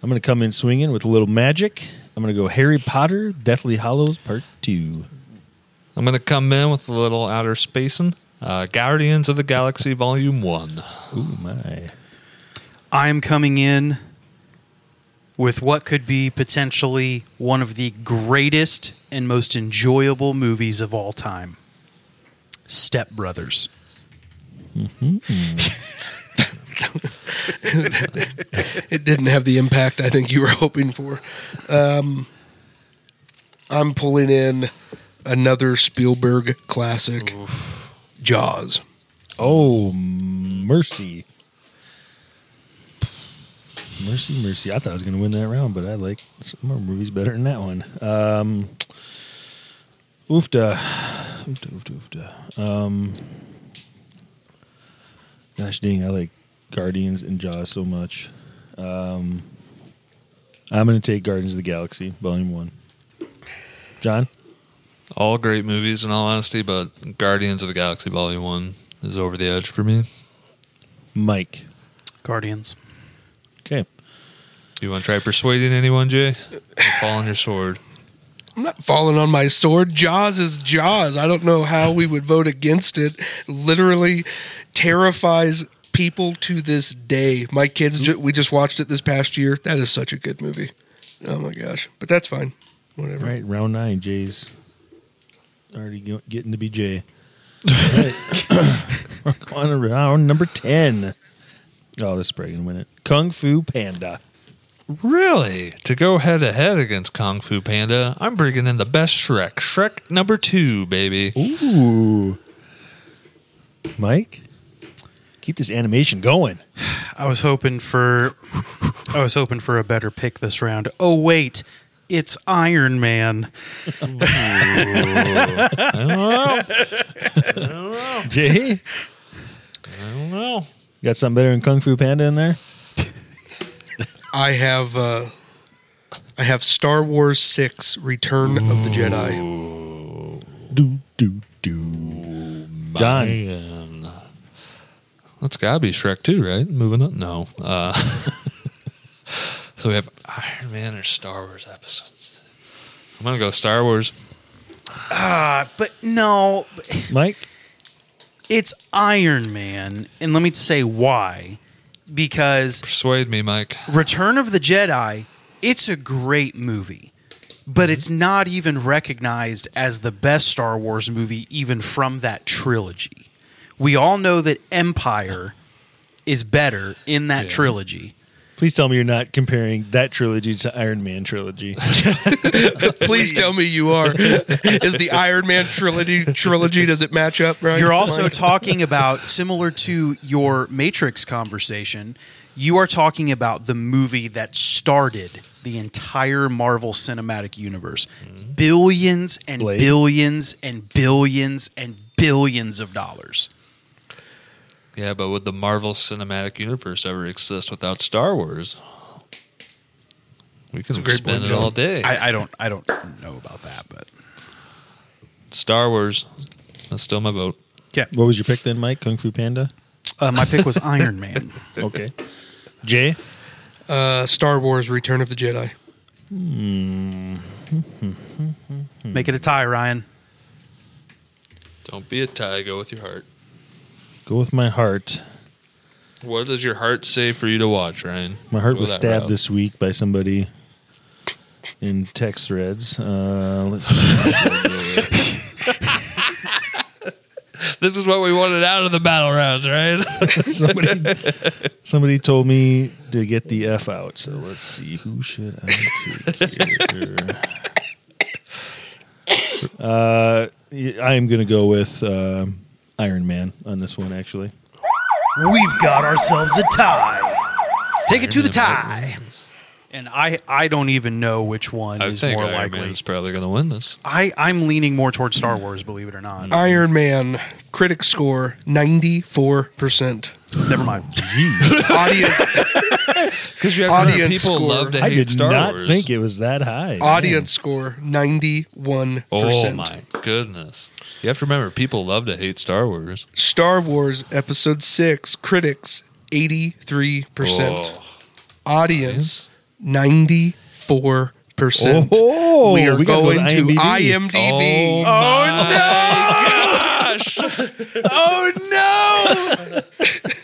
S2: I'm going to come in swinging with a little magic. I'm going to go Harry Potter, Deathly Hollows Part 2.
S4: I'm going to come in with a little outer spacing. Uh, Guardians of the Galaxy Volume 1.
S2: Ooh, my.
S5: I am coming in with what could be potentially one of the greatest and most enjoyable movies of all time Step Brothers.
S6: It didn't have the impact I think you were hoping for. Um, I'm pulling in another Spielberg classic, Jaws.
S2: Oh, mercy. Mercy, mercy. I thought I was going to win that round, but I like some more movies better than that one. Um, oofda. Oofda, oofda, oofda. Um, gosh dang, I like Guardians and Jaws so much. Um, I'm going to take Guardians of the Galaxy, Volume 1. John?
S4: All great movies, in all honesty, but Guardians of the Galaxy Volume 1 is over the edge for me.
S2: Mike.
S5: Guardians.
S2: Okay.
S4: You want to try persuading anyone, Jay? Fall on your sword.
S6: I'm not falling on my sword. Jaws is Jaws. I don't know how we would vote against it. Literally terrifies people to this day. My kids, ju- we just watched it this past year. That is such a good movie. Oh my gosh. But that's fine. Whatever.
S2: All right, round nine. Jay's already go- getting to be Jay. All right. We're on to round number 10. Oh, this is probably going to win it. Kung Fu Panda.
S4: Really? To go head to head against Kung Fu Panda, I'm bringing in the best Shrek. Shrek number two, baby.
S2: Ooh. Mike? Keep this animation going.
S5: I was hoping for I was hoping for a better pick this round. Oh wait, it's Iron Man.
S2: Jay? You
S4: I don't know.
S2: got something better than Kung Fu Panda in there?
S6: I have uh I have Star Wars 6 Return of the Jedi.
S2: Do, do, do. John.
S4: Man. That's got to be Shrek 2, right? Moving up? No. Uh, so we have Iron Man or Star Wars episodes. I'm going to go Star Wars.
S5: Uh, but no,
S2: Mike?
S5: it's Iron Man. And let me say why. Because
S4: Persuade me, Mike.
S5: Return of the Jedi, it's a great movie, but it's not even recognized as the best Star Wars movie, even from that trilogy. We all know that Empire is better in that trilogy.
S2: Please tell me you're not comparing that trilogy to Iron Man trilogy.
S6: Please tell me you are. is the Iron Man trilogy trilogy does it match up, right?
S5: You're also talking about, similar to your Matrix conversation, you are talking about the movie that started the entire Marvel Cinematic Universe. Billions and
S2: Blade.
S5: billions and billions and billions of dollars.
S4: Yeah, but would the Marvel Cinematic Universe ever exist without Star Wars? We can spend it all day.
S5: I, I don't I don't know about that, but
S4: Star Wars. That's still my vote.
S2: what was your pick then, Mike? Kung Fu Panda?
S5: uh, my pick was Iron Man.
S2: Okay. Jay?
S6: uh Star Wars Return of the Jedi.
S5: Make it a tie, Ryan.
S4: Don't be a tie. Go with your heart.
S2: Go with my heart.
S4: What does your heart say for you to watch, Ryan?
S2: My heart
S4: Go
S2: was
S4: that
S2: stabbed
S4: route.
S2: this week by somebody in text threads. Uh, let's see.
S4: This is what we wanted out of the battle rounds, right?
S2: somebody, somebody told me to get the F out. So let's see. Who should I take here? Uh, y- I am going to go with um, Iron Man on this one, actually.
S7: We've got ourselves a tie.
S5: Take it to the tie. And I I don't even know which one
S4: I
S5: is
S4: think
S5: more
S4: Iron
S5: likely.
S4: Man's probably going to win this.
S5: I I'm leaning more towards
S6: Uh,
S5: Star Wars, believe it or not.
S6: Iron Man critic score 94%.
S5: Never mind.
S6: audience
S4: Because you have to remember,
S6: Audience
S4: people
S6: score.
S4: love to hate
S2: I did
S4: Star
S2: not
S4: Wars.
S2: think it was that high.
S6: audience score ninety one
S4: Oh
S6: percent.
S4: my goodness! You have to remember, people love to hate Star Wars.
S6: Star Wars Episode Six critics eighty three percent,
S4: Oh,
S6: audience ninety four percent.
S2: Oh,
S6: we are
S2: we gotta go
S6: going
S2: to
S6: to
S2: IMDb.
S4: Oh,
S6: IMDb.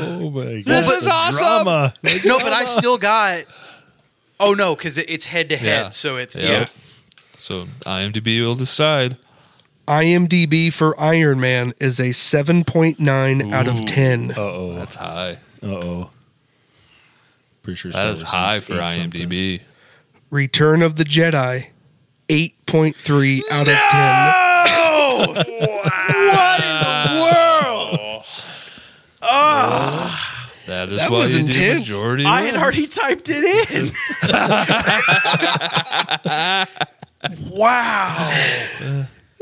S2: Oh my god.
S5: This is awesome.
S2: Drama.
S5: no, but I still got. Oh no, because it, it's head to
S4: Yeah.
S5: head, so it's
S4: Yeah. So IMDb will decide.
S6: IMDb for Iron Man is a seven point nine out of
S4: Ooh.
S6: ten.
S2: Uh-oh.
S4: That's high.
S2: Uh-oh. Pretty sure Star
S4: That is
S2: Wars
S4: high
S2: needs
S4: for
S2: to eat something.
S4: IMDb.
S6: Return of the Jedi, eight point three out of ten.
S4: That is
S6: That
S4: why
S6: was
S4: you
S6: intense.
S4: do majority.
S5: yeah. I had
S4: win.
S5: already typed it in.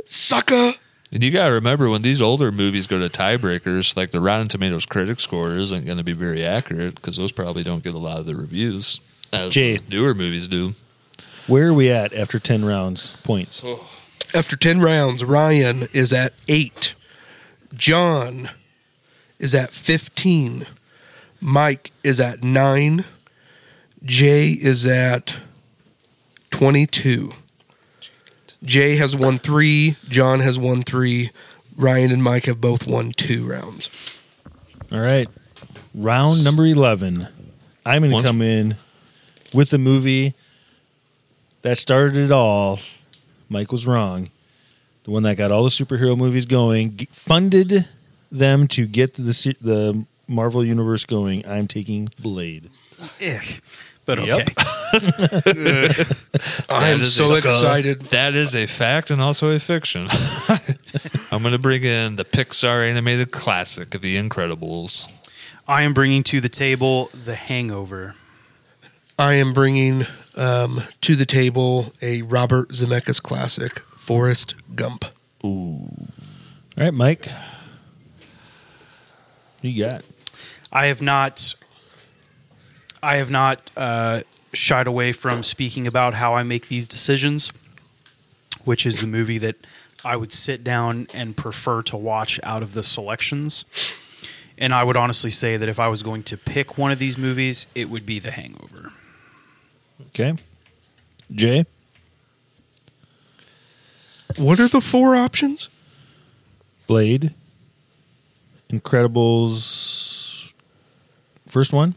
S6: Sucker.
S4: And you gotta remember when these older movies go to tiebreakers, like the Rotten Tomatoes critic score isn't going to be very accurate because those probably don't get a lot of the reviews as
S2: Jay.
S4: the newer movies do.
S2: Where are we at after 10 rounds points?
S6: After 10 rounds, Ryan is at 8. John is at 15. Mike is at 9. Jay is at 22. Jay has won 3. John has won 3. Ryan and Mike have both won 2 rounds.
S2: All right. Round number 11. I'm going
S4: Once-
S2: to come in with a movie that started it all. Mike was wrong. The one that got all the superhero movies going, g- funded them to get the se- the Marvel universe going. I'm taking Blade.
S5: But okay.
S6: I am so excited.
S4: That is a fact and also a fiction. I'm going to bring in the Pixar animated classic, The Incredibles.
S5: I am bringing to the table The Hangover.
S6: I am bringing um, to the table a Robert Zemeckis classic, Forrest Gump.
S2: All right, Mike. What you got?
S5: I have not. I have not uh, shied away from speaking about how I make these decisions, which is the movie that I would sit down and prefer to watch out of the selections. And I would honestly say that if I was going to pick one of these movies, it would be The Hangover.
S2: Okay. Jay?
S6: What are the four options?
S2: Blade, Incredibles, first one,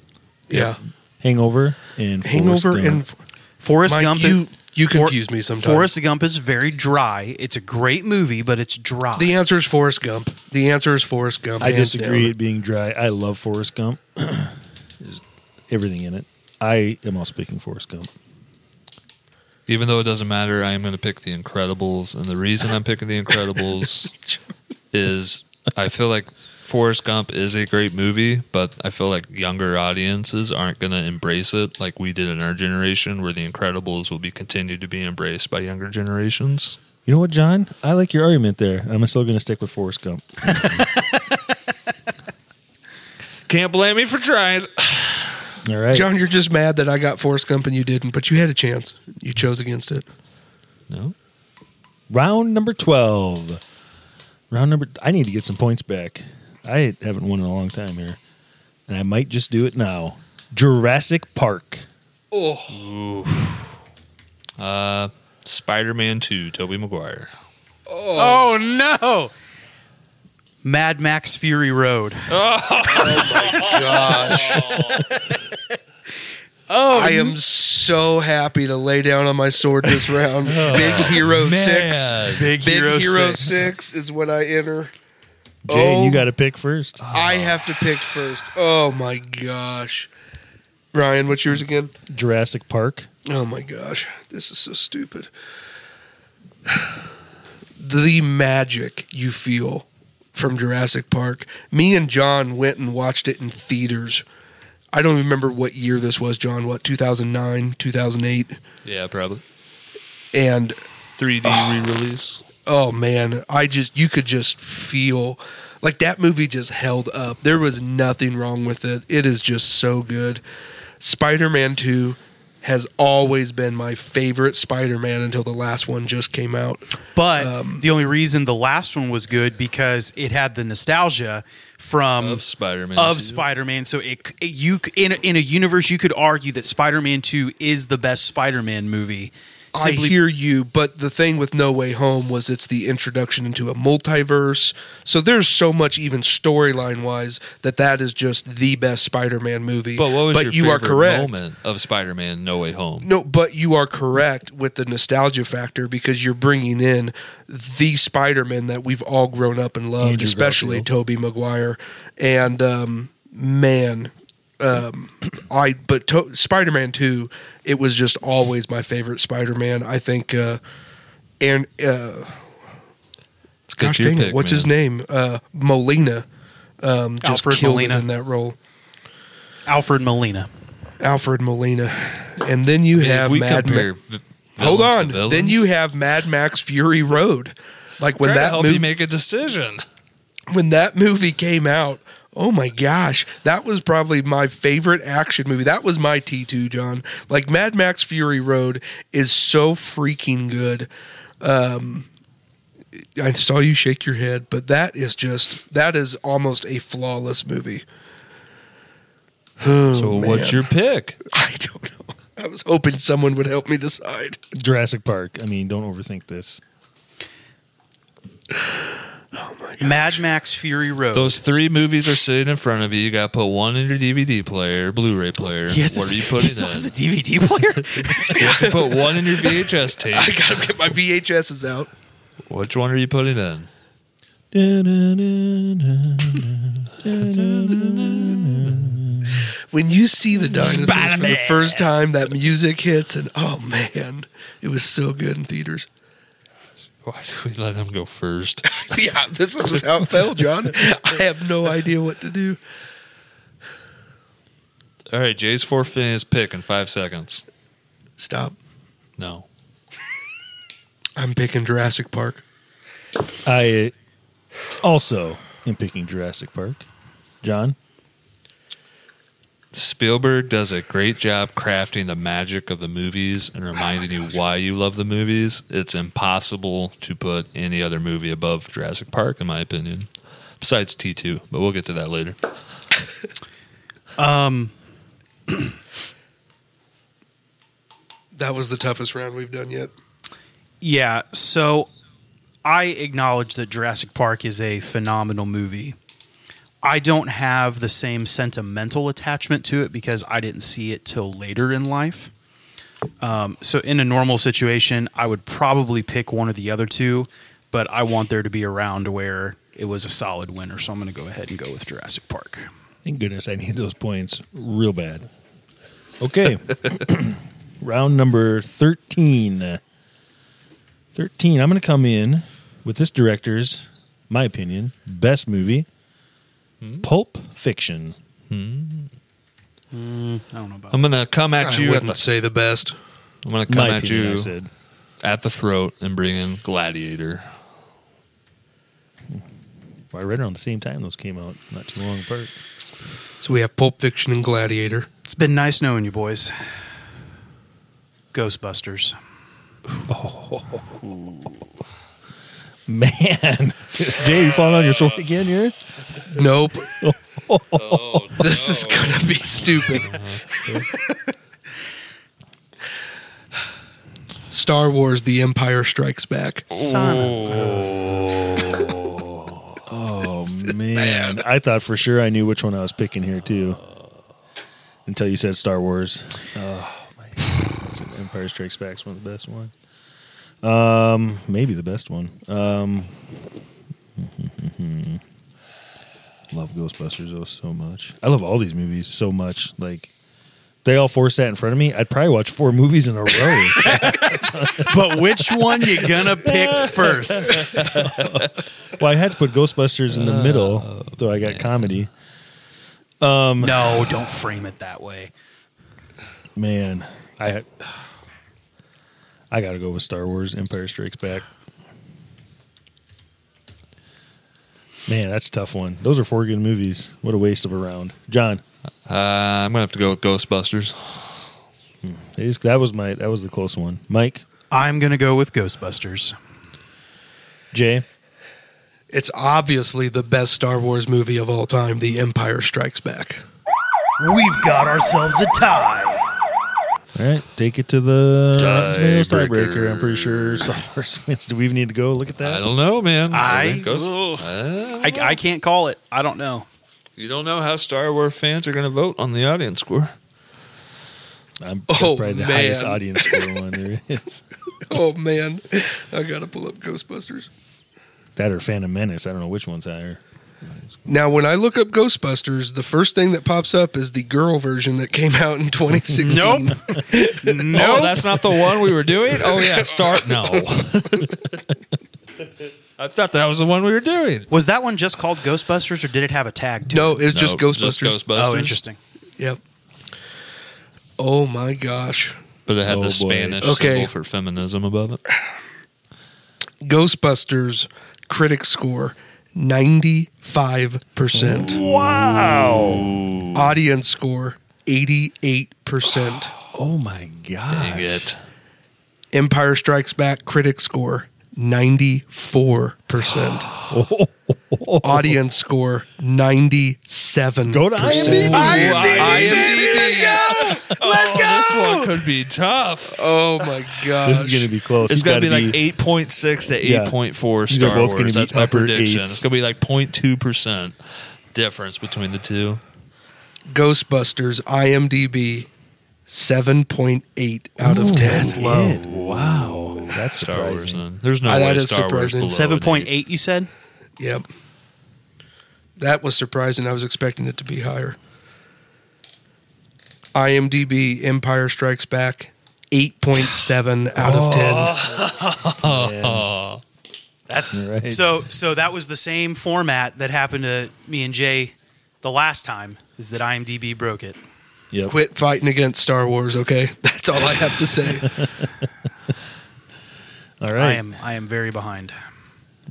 S6: Yeah.
S2: Hangover, and Forrest
S6: Hangover
S2: Gump.
S6: and
S5: Forrest
S6: Mike,
S5: Gump.
S6: you- you
S5: For-
S6: confuse me sometimes.
S5: Forrest Gump is very dry. It's a great movie, but it's dry.
S6: the answer is Forrest Gump. The answer is Forrest Gump.
S2: I
S6: hands
S2: disagree
S6: down.
S2: it being dry. I love Forrest Gump. Everything in it. I am all speaking Forrest Gump.
S4: Even though it doesn't matter, I am going to pick The Incredibles. And the reason I'm picking The Incredibles is I feel like Forrest Gump is a great movie, but I feel like younger audiences aren't going to embrace it like we did in our generation, where The Incredibles will be continued to be embraced by younger generations.
S2: You know what, John? I like your argument there. I'm still going to stick with Forrest Gump.
S4: Can't blame me for trying.
S2: All right.
S6: John, you're just mad that I got Forrest Gump and you didn't, but you had a chance. You chose against it.
S4: No.
S2: Round number 12. Round number. I need to get some points back. I haven't won in a long time here. And I might just do it now. Jurassic Park.
S4: Uh, Spider Man 2, Tobey Maguire.
S5: Oh no! Mad Max Fury Road.
S6: I am so happy to lay down on my sword this round. Big Hero Six.
S5: Big,
S6: Uh, Big Oh, Hero, Six is what I enter.
S2: Jay,
S6: Oh.
S2: you got to pick first.
S6: I have to pick first. Oh my gosh. Ryan, what's yours again?
S2: Jurassic Park.
S6: Oh my gosh, this is so stupid. The magic you feel from Jurassic Park. Me and John went and watched it in theaters. I don't remember what year this was, John. What, 2009, 2008?
S4: Yeah, probably. Ah.
S6: And
S4: 3D re release.
S6: oh man, I just, you could just feel Like that movie just held up. There was nothing wrong with it. It is just so good. Spider Man 2 has always been my favorite Spider Man until the last one just came out.
S5: But
S4: Um,
S5: the only reason the last one was good because it had the nostalgia from
S4: Of Spider-Man
S5: Of
S4: 2.
S5: Spider-Man, so it, it- you c- in a, in a universe you could argue that Spider-Man Two is the best Spider-Man movie.
S6: I hear you, but the thing with No Way Home was it's the introduction into a multiverse. So there's so much, even storyline wise, that that is just the best Spider-Man movie.
S4: But what was your
S6: you
S4: favorite
S6: are correct.
S4: moment of Spider-Man No Way Home?
S6: No, but you are correct with the nostalgia factor because you're bringing in the Spider-Man that we've all grown up and loved,
S2: Andrew
S6: especially Tobey Maguire. And um, man, um, I but to- Spider-Man Two, it was just always my favorite Spider-Man. I think, uh, and uh,
S4: It's good
S6: gosh
S4: you
S6: dang it,
S4: pick,
S6: what's his
S4: man.
S6: name? Uh, Molina. Um, just
S5: Alfred
S6: killed
S5: Molina.
S6: it in that role,
S5: Alfred Molina.
S4: Oh
S6: Alfred Molina. And then you
S4: I mean,
S6: have
S4: if we
S6: Mad Ma-
S4: compare vi-
S6: Hold
S4: villains to
S6: on. Then
S4: villains,
S6: you have Mad Max Fury Road. Like when
S4: try to
S6: that
S4: help
S6: mov-
S4: me make a decision.
S6: when that movie came out, oh my gosh, that was probably my favorite action movie. That was my T2, John. Like Mad Max Fury Road is so freaking good. Um I saw you shake your head, but that is just that is almost a flawless movie. Oh,
S4: so what's your pick?
S6: I don't know. I was hoping someone would help me decide.
S2: Jurassic Park. I mean, don't overthink this.
S5: Mad Max Fury Road.
S4: Those three movies are sitting in front of you. You got to put one in your DVD player, Blu-ray player. what are you putting
S5: He has a
S4: in?
S5: DVD player.
S4: You have to put one in your VHS
S6: I
S4: tape.
S6: gotta get my VHSs out.
S4: Which one are you putting in?
S6: when you see the dinosaurs for the first time, that music hits, and oh man, it was so good in theaters.
S4: Why do we let him go first?
S6: yeah, this is just how it fell, John. I have no idea what to do.
S4: All right, Jay's forfeiting his pick in five seconds.
S6: Stop.
S4: No.
S6: I'm picking Jurassic Park.
S2: I also am picking Jurassic Park. John,
S4: Spielberg does a great job crafting the magic of the movies and reminding you why you love the movies. It's impossible to put any other movie above Jurassic Park, in my opinion, besides T2, but we'll get to that later.
S6: That was the toughest round we've done yet.
S5: Yeah, so I acknowledge that Jurassic Park is a phenomenal movie. I don't have the same sentimental attachment to it because I didn't see it till later in life. Um, so, in a normal situation, I would probably pick one or the other two, but I want there to be a round where it was a solid winner. So, I'm going to go ahead and go with Jurassic Park.
S2: thank goodness I need those points real bad. Okay. Round number 13. 13. I'm going to come in with this director's, my opinion, best movie Pulp Fiction.
S5: I don't know about
S4: I'm going to come at
S6: I
S4: you at
S6: wouldn't
S4: the
S6: say the best.
S4: I'm going to come
S2: my
S4: at
S2: opinion, I
S4: you
S2: said.
S4: at the throat and bring in Gladiator.
S2: Well, I read around the same time those came out, not too long apart.
S6: So we have Pulp Fiction and Gladiator.
S5: It's been nice knowing you boys. Ghostbusters.
S2: Man, Jay, you falling on your sword again here?
S6: Nope. this is gonna be stupid. Star Wars: The Empire Strikes Back.
S5: Son. of-
S2: Man, I thought for sure I knew which one I was picking here too. Until you said Star Wars. Oh man, That's an Empire Strikes Back's one of the best one. Um, maybe the best one. Um, love Ghostbusters though so much. I love all these movies so much. Like they all force that in front of me. I'd probably watch four movies in a row.
S5: but which one you gonna pick first?
S2: well, I had to put Ghostbusters in the middle, so I got comedy.
S5: no, don't frame it that way.
S2: Man, I I got to go with Star Wars: Empire Strikes Back. Man, that's a tough one. Those are four good movies. What a waste of a round, John.
S4: Uh, I'm gonna have to go with Ghostbusters.
S2: they just- that was my that was the close one. Mike,
S5: I'm gonna go with Ghostbusters.
S2: Jay,
S6: It's obviously the best Star Wars movie of all time, The Empire Strikes Back.
S7: We've got ourselves a tie.
S2: All right, take it to the
S4: Tiebreaker.
S2: Tomatoes tiebreaker. I'm pretty sure Star Wars wins. Do we even need to go look at
S4: I
S2: that?
S4: don't know, man.
S5: I-
S4: think Ghost-
S5: ugh.
S4: Uh,
S5: I, I can't call it. I don't know.
S4: you don't know how Star Wars fans are gonna vote on the audience score.
S2: I'm
S6: Oh,
S2: probably the
S6: man.
S2: highest audience score one there is.
S6: Oh man, I gotta pull up Ghostbusters.
S2: That or Phantom Menace. I don't know which one's higher.
S6: Now, when I look up Ghostbusters, the first thing that pops up is the girl version that came out in 2016.
S5: Nope. Oh,
S4: No, that's not the one we were doing. Oh yeah, start no. I thought that was the one we were doing.
S5: Was that one just called Ghostbusters, or did it have a tag? To it?
S6: No, it's just
S4: No,
S6: Ghostbusters.
S4: Ghostbusters.
S5: Oh, interesting.
S6: Yep. Oh my gosh.
S4: But it had
S2: Oh,
S4: the
S2: boy.
S4: Spanish
S6: Okay.
S4: symbol for feminism above it.
S6: Ghostbusters critic score 95%.
S7: Wow.
S6: Audience score 88%.
S2: Oh my
S4: Dang
S2: god!
S4: it.
S6: Empire Strikes Back critic score 94%. Audience score 97%.
S2: Go to IMDb.
S6: IMDb.
S4: Let's go. oh, This one could be tough.
S6: Oh my gosh.
S2: This is going to be close.
S4: Oh, It's
S2: He's
S4: gonna be,
S2: gotta
S4: like eight point six to
S2: Yeah.
S4: eight point four
S2: These are
S4: Star
S2: both gonna
S4: Wars.
S2: be
S4: That's my
S2: upper
S4: prediction.
S2: eights.
S4: It's gonna be like 02 percent difference between the two.
S6: Ghostbusters IMDb 7.8 out of 10.
S2: It. Wow, that's
S4: Star Wars.
S2: surprising.
S4: Then. There's no
S6: Uh, that
S4: way
S6: is
S4: Star Wars
S6: surprising.
S4: below
S5: Seven point
S4: an
S5: eight. You said.
S6: Yep. That was surprising. I was expecting it to be higher. IMDb Empire Strikes Back 8.7 out of
S2: Oh.
S6: 10.
S5: That's
S2: You're right.
S5: so. So that was the same format that happened to me and Jay the last time. Is that IMDb broke it?
S2: Yep.
S6: Quit fighting against Star Wars, okay? That's all I have to say.
S2: All
S5: I
S2: right,
S5: am. I am very behind.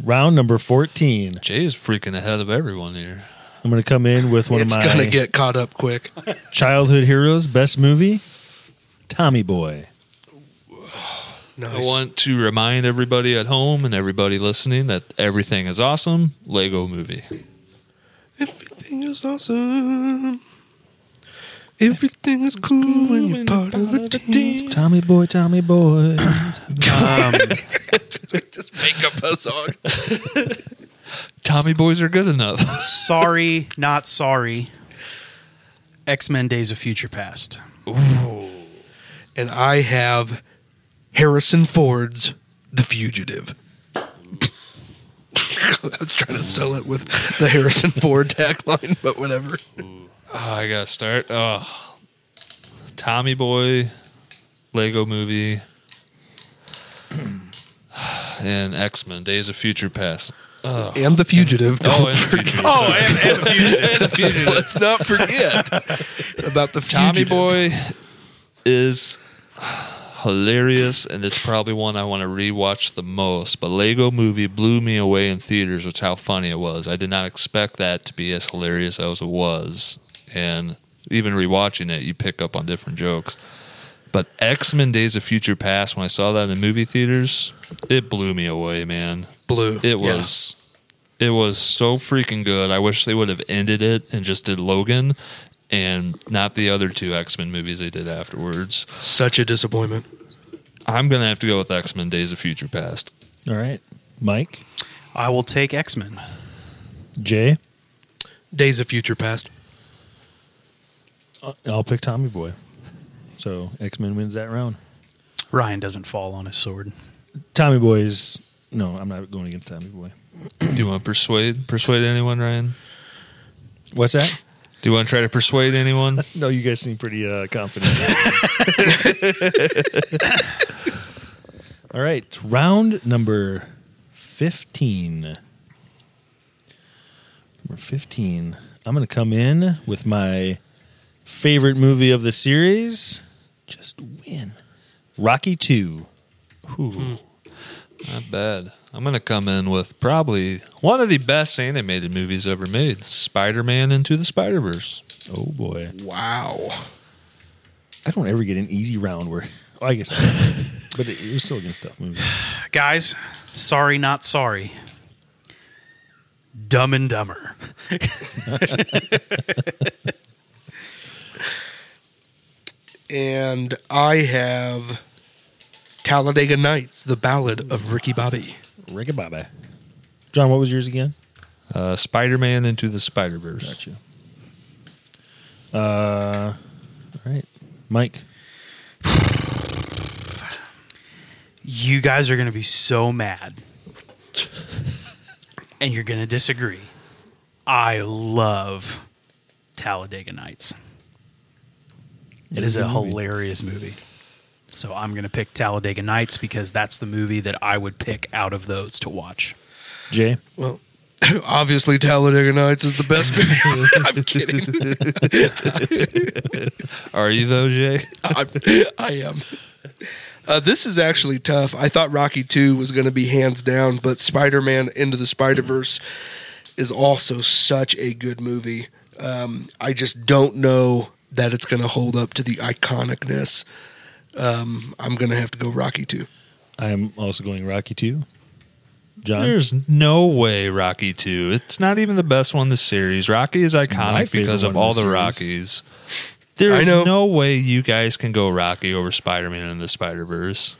S2: round number fourteen.
S4: eight. Jay is freaking ahead of everyone here.
S2: I'm going to come in with one
S6: it's
S2: of
S6: going
S2: my
S6: to get caught up quick.
S2: childhood heroes. Best movie, Tommy Boy.
S4: I
S6: Nice.
S4: want to remind everybody at home and everybody listening that everything is awesome. Lego Movie.
S6: Everything is awesome. Everything is cool when you're part of a team.
S2: Tommy Boy, Tommy Boy.
S6: Just make up a song.
S4: Tommy boys are good enough.
S5: Sorry, not sorry. X Men: Days of Future Past.
S6: and I have Harrison Ford's The Fugitive. I was trying to sell it with the Harrison Ford tagline, but whatever.
S4: Oh, I gotta start. Oh, Tommy Boy, Lego Movie, and X Men: Days of Future Past.
S6: And The Fugitive.
S4: Oh,
S6: Don't
S4: and Future. Oh, and, the Future. and the Future.
S6: Let's not forget about The Fugitive.
S4: Tommy Boy is hilarious, and it's probably one I want to rewatch the most. But Lego Movie blew me away in theaters, which how funny it was. I did not expect that to be as hilarious as it was, and even rewatching it, you pick up on different jokes. But X Men: Days of Future Past, when I saw that in the movie theaters, it blew me away, man.
S6: Blue.
S4: It was it was so freaking good. I wish they would have ended it and just did Logan and not the other two X-Men movies they did afterwards.
S6: Yeah. Such a disappointment.
S4: I'm going to have to go with X-Men Days of Future Past.
S2: All right, Mike,
S5: I will take X Men.
S2: Jay.
S6: Days of Future Past.
S2: uh, I'll pick Tommy Boy. So X Men wins that round.
S5: Ryan doesn't fall on his sword.
S2: Tommy Boy is no. I'm not going against Tommy Boy.
S4: Do you want to persuade persuade anyone, Ryan?
S2: What's that?
S4: Do you want to try to persuade anyone?
S2: No, you guys seem pretty uh, confident. All right, round number fifteen. Number fifteen. I'm going to come in with my favorite movie of the series. Just win. Rocky Two.
S4: Not bad. I'm going to come in with probably one of the best animated movies ever made Spider Man Into the Spider Verse.
S2: Oh boy,
S6: Wow.
S2: I don't ever get an easy round where. Well, I guess, I don't. but it, you're still against tough movies.
S5: Guys, sorry, not sorry. Dumb and Dumber.
S6: And I have Talladega Nights, The Ballad of Ricky Bobby.
S2: Ricky Bobby. John, what was yours again?
S4: Uh, Spider Man Into the Spider Verse.
S2: Uh, all right, Mike.
S5: You guys are going to be so mad. and you're going to disagree. I love Talladega Nights. It is a hilarious movie. So I'm going to pick Talladega Nights because that's the movie that I would pick out of those to watch.
S2: Jay.
S6: Obviously, Talladega Nights is the best movie. I'm kidding.
S4: Are you, though, Jay?
S6: I'm, I am. Uh, this is actually tough. I thought Rocky 2 was going to be hands down, but Spider Man Into the Spider Verse is also such a good movie. Um, I just don't know that it's going to hold up to the iconicness. Um, I'm going to have to go Rocky 2.
S2: I'm also going Rocky two. John,
S4: There's no way Rocky 2. It's not even the best one in the series. Rocky is
S2: my
S4: iconic
S2: favorite
S4: because of
S2: one in
S4: all
S2: the
S4: the,
S2: series.
S4: Rockies. There
S6: I
S4: is
S6: know.
S4: no way you guys can go Rocky over Spider Man and the Spider Verse.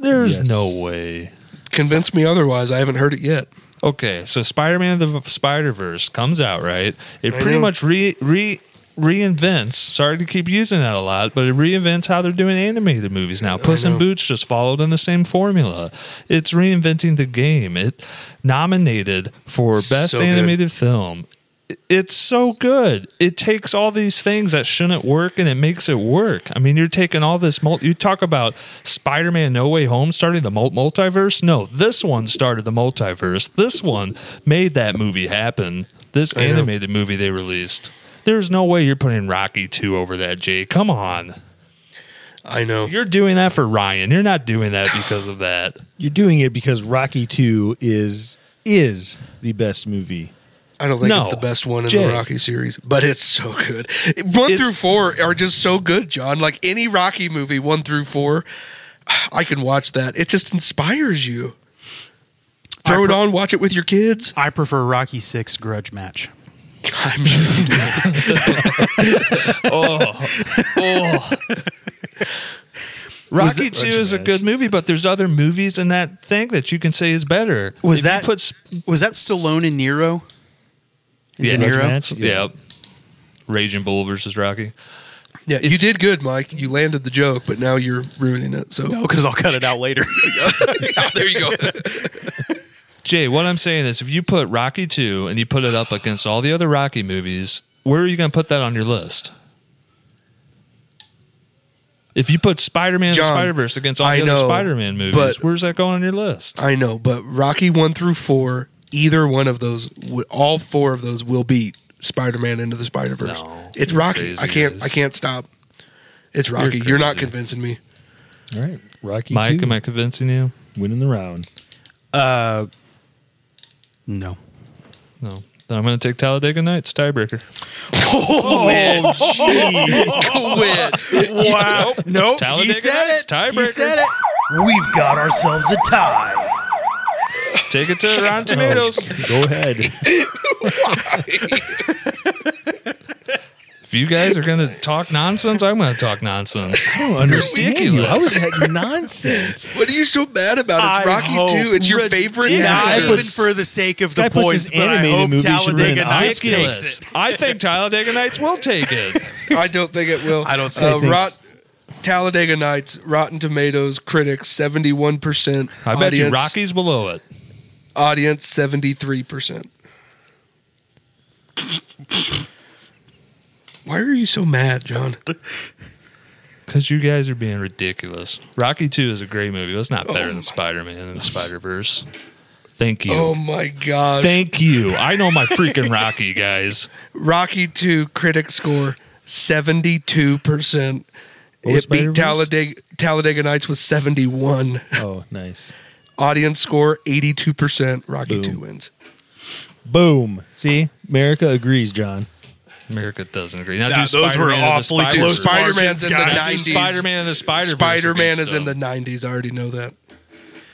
S4: There's
S2: Yes.
S4: no way.
S6: Convince me otherwise. I haven't heard it yet.
S4: Okay, so Spider Man the Spider Verse comes out, right? It
S6: I
S4: pretty
S6: know.
S4: much re, re reinvents. Sorry to keep using that a lot, but it reinvents how they're doing animated movies now. Puss in Boots just followed in the same formula. It's reinventing the game. It nominated for best
S6: So good.
S4: animated film. I- It's so good. It takes all these things that shouldn't work and it makes it work. I mean, you're taking all this. Mul- you talk about Spider-Man: No Way Home starting the mul- multiverse. No, this one started the multiverse. This one made that movie happen. This
S6: know.
S4: animated movie they released. There's no way you're putting Rocky two over that, Jay. Come on,
S6: I know.
S4: you're doing that for Ryan. You're not doing that because of that.
S2: you're doing it because Rocky two is is the best movie.
S6: I don't think
S4: No.
S6: it's the best one in
S4: Jay.
S6: the Rocky series, but it's so good. One
S4: It's-
S6: through four are just so good, John. Like any Rocky movie, one through four, I can watch that. It just inspires you. Throw it on, watch it with your kids.
S5: I prefer Rocky 6 Grudge Match.
S6: I'm sure you do.
S4: Rocky Two is a good movie, but there's other movies in that thing that you can say is better.
S5: Was
S4: If you
S5: that-
S4: put? s-
S5: Was that Stallone and Nero? And
S4: Yeah.
S5: De
S2: Grudge
S5: Niro?
S2: match?
S4: Yeah. Raging Bull versus Rocky.
S6: Yeah, you did good, Mike. You landed the joke, but now you're ruining it. So
S5: No, because I'll cut it out later.
S6: there you go.
S4: Jay, what I'm saying is if you put Rocky 2 and you put it up against all the other Rocky movies, where are you going to put that on your list? If you put Spider Man and
S6: John,
S4: Spider Verse against all
S6: I
S4: the other
S6: know,
S4: Spider Man movies,
S6: but-
S4: where's that going on your list?
S6: I know, but Rocky one through four, either one of those, w- all four of those will beat Spider-Man into the Spider-Verse.
S4: No,
S6: it's
S4: you're
S6: Rocky.
S4: crazy,
S6: I can't.
S4: guys.
S6: I can't stop. It's Rocky. You're, not
S4: crazy.
S6: convincing me.
S2: All right, Rocky
S4: Mike,
S2: two
S4: am I convincing you?
S2: winning the round.
S5: Uh, no.
S4: No. Then I'm going to take Talladega Nights, tiebreaker.
S5: Wow. nope.
S4: Talladega Nights, tiebreaker.
S7: We've got ourselves a tie.
S4: Take it to Rotten Tomatoes.
S2: Go ahead.
S4: if you guys are going to talk nonsense, I'm going to talk nonsense.
S2: I don't understand you. How is that nonsense?
S6: What are you so mad about? It's
S5: I
S6: Rocky
S5: hope-
S6: two. It's your favorite.
S2: Ridiculous.
S5: Not
S2: Sky
S6: character.
S5: even
S2: puts-
S5: for the sake of
S2: Sky
S5: the
S2: puts his
S5: points, but I
S2: animated
S5: hope
S2: movie should win.
S5: Talladega Nights takes
S4: Ridiculous.
S5: it.
S4: I think Talladega Nights will take it.
S6: I don't think it will.
S5: I don't think
S6: Uh,
S2: it
S6: rot,
S2: thinks-
S6: Talladega Nights, Rotten Tomatoes, critics seventy one percent.
S4: I bet you Rocky's below it.
S6: audience seventy three percent. Why are you so mad, John?
S4: Because you guys are being ridiculous. Rocky Two is a great movie. but It's not better than Spider Man and the Spider Verse. Thank you.
S6: Oh my God!
S4: Thank you. I know my freaking Rocky guys.
S6: Rocky 2 critic score 72%
S2: What was
S6: it beat
S2: Spider-Verse?
S6: Talladega, Talladega Nights with 71.
S2: Oh, nice.
S6: Audience score 82%. Rocky 2 wins.
S2: Boom. See, America agrees, John.
S4: America doesn't agree. Now,
S1: Nah,
S4: do
S1: those were
S4: Spider-Man and the
S1: awfully
S4: Spider-
S1: close
S6: Spider Man's
S1: margins,
S6: in the
S1: guys.
S6: 90s.
S1: This
S6: Spider
S4: Spider-Man and the Spider-Verse.
S6: Man
S4: against
S6: is in the
S4: them.
S6: 90s. I already know that.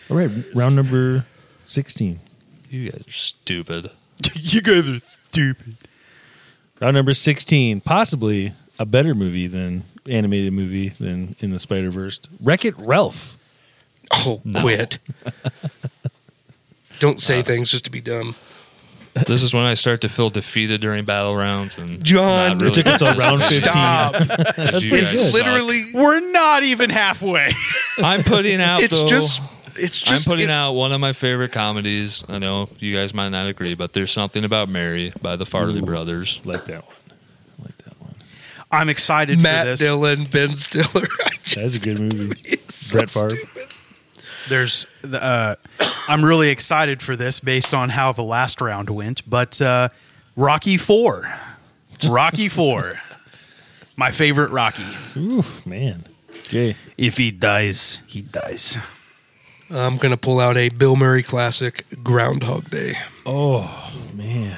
S2: All right, round number 16.
S4: You guys are stupid.
S5: you guys are stupid.
S2: Round number 16, possibly a better movie than animated movie than in the Spider Verse. Wreck It Ralph.
S6: Oh, quit. Don't
S2: Uh,
S6: say things just to be dumb.
S4: This is when I start to feel defeated during battle rounds and
S6: John,
S4: not
S6: it
S4: really
S2: took us till round
S4: just-
S2: 15.
S6: Stop.
S4: because you
S2: It's
S4: guys
S6: it's
S4: suck.
S6: literally,
S5: We're not even halfway.
S4: I'm putting out.
S6: it's
S4: though-
S6: just, it's just,
S4: I'm putting
S6: it-
S4: out one of my favorite comedies. I know you guys might not agree, but there's something about Mary by the Farley brothers.
S2: Like that one. Like that one.
S5: I'm excited for
S6: Matt
S5: this.
S6: Dillon, Ben Stiller. I just-
S2: That's a good movie.
S6: it's so
S2: Brett Favre.
S5: There's, the, uh, I'm really excited for this based on how the last round went. But uh, Rocky Four, Rocky Four, my favorite Rocky.
S2: Ooh, man. Jay.
S5: If he dies, he dies.
S6: I'm going to pull out a Bill Murray classic, Groundhog Day.
S2: Oh, man.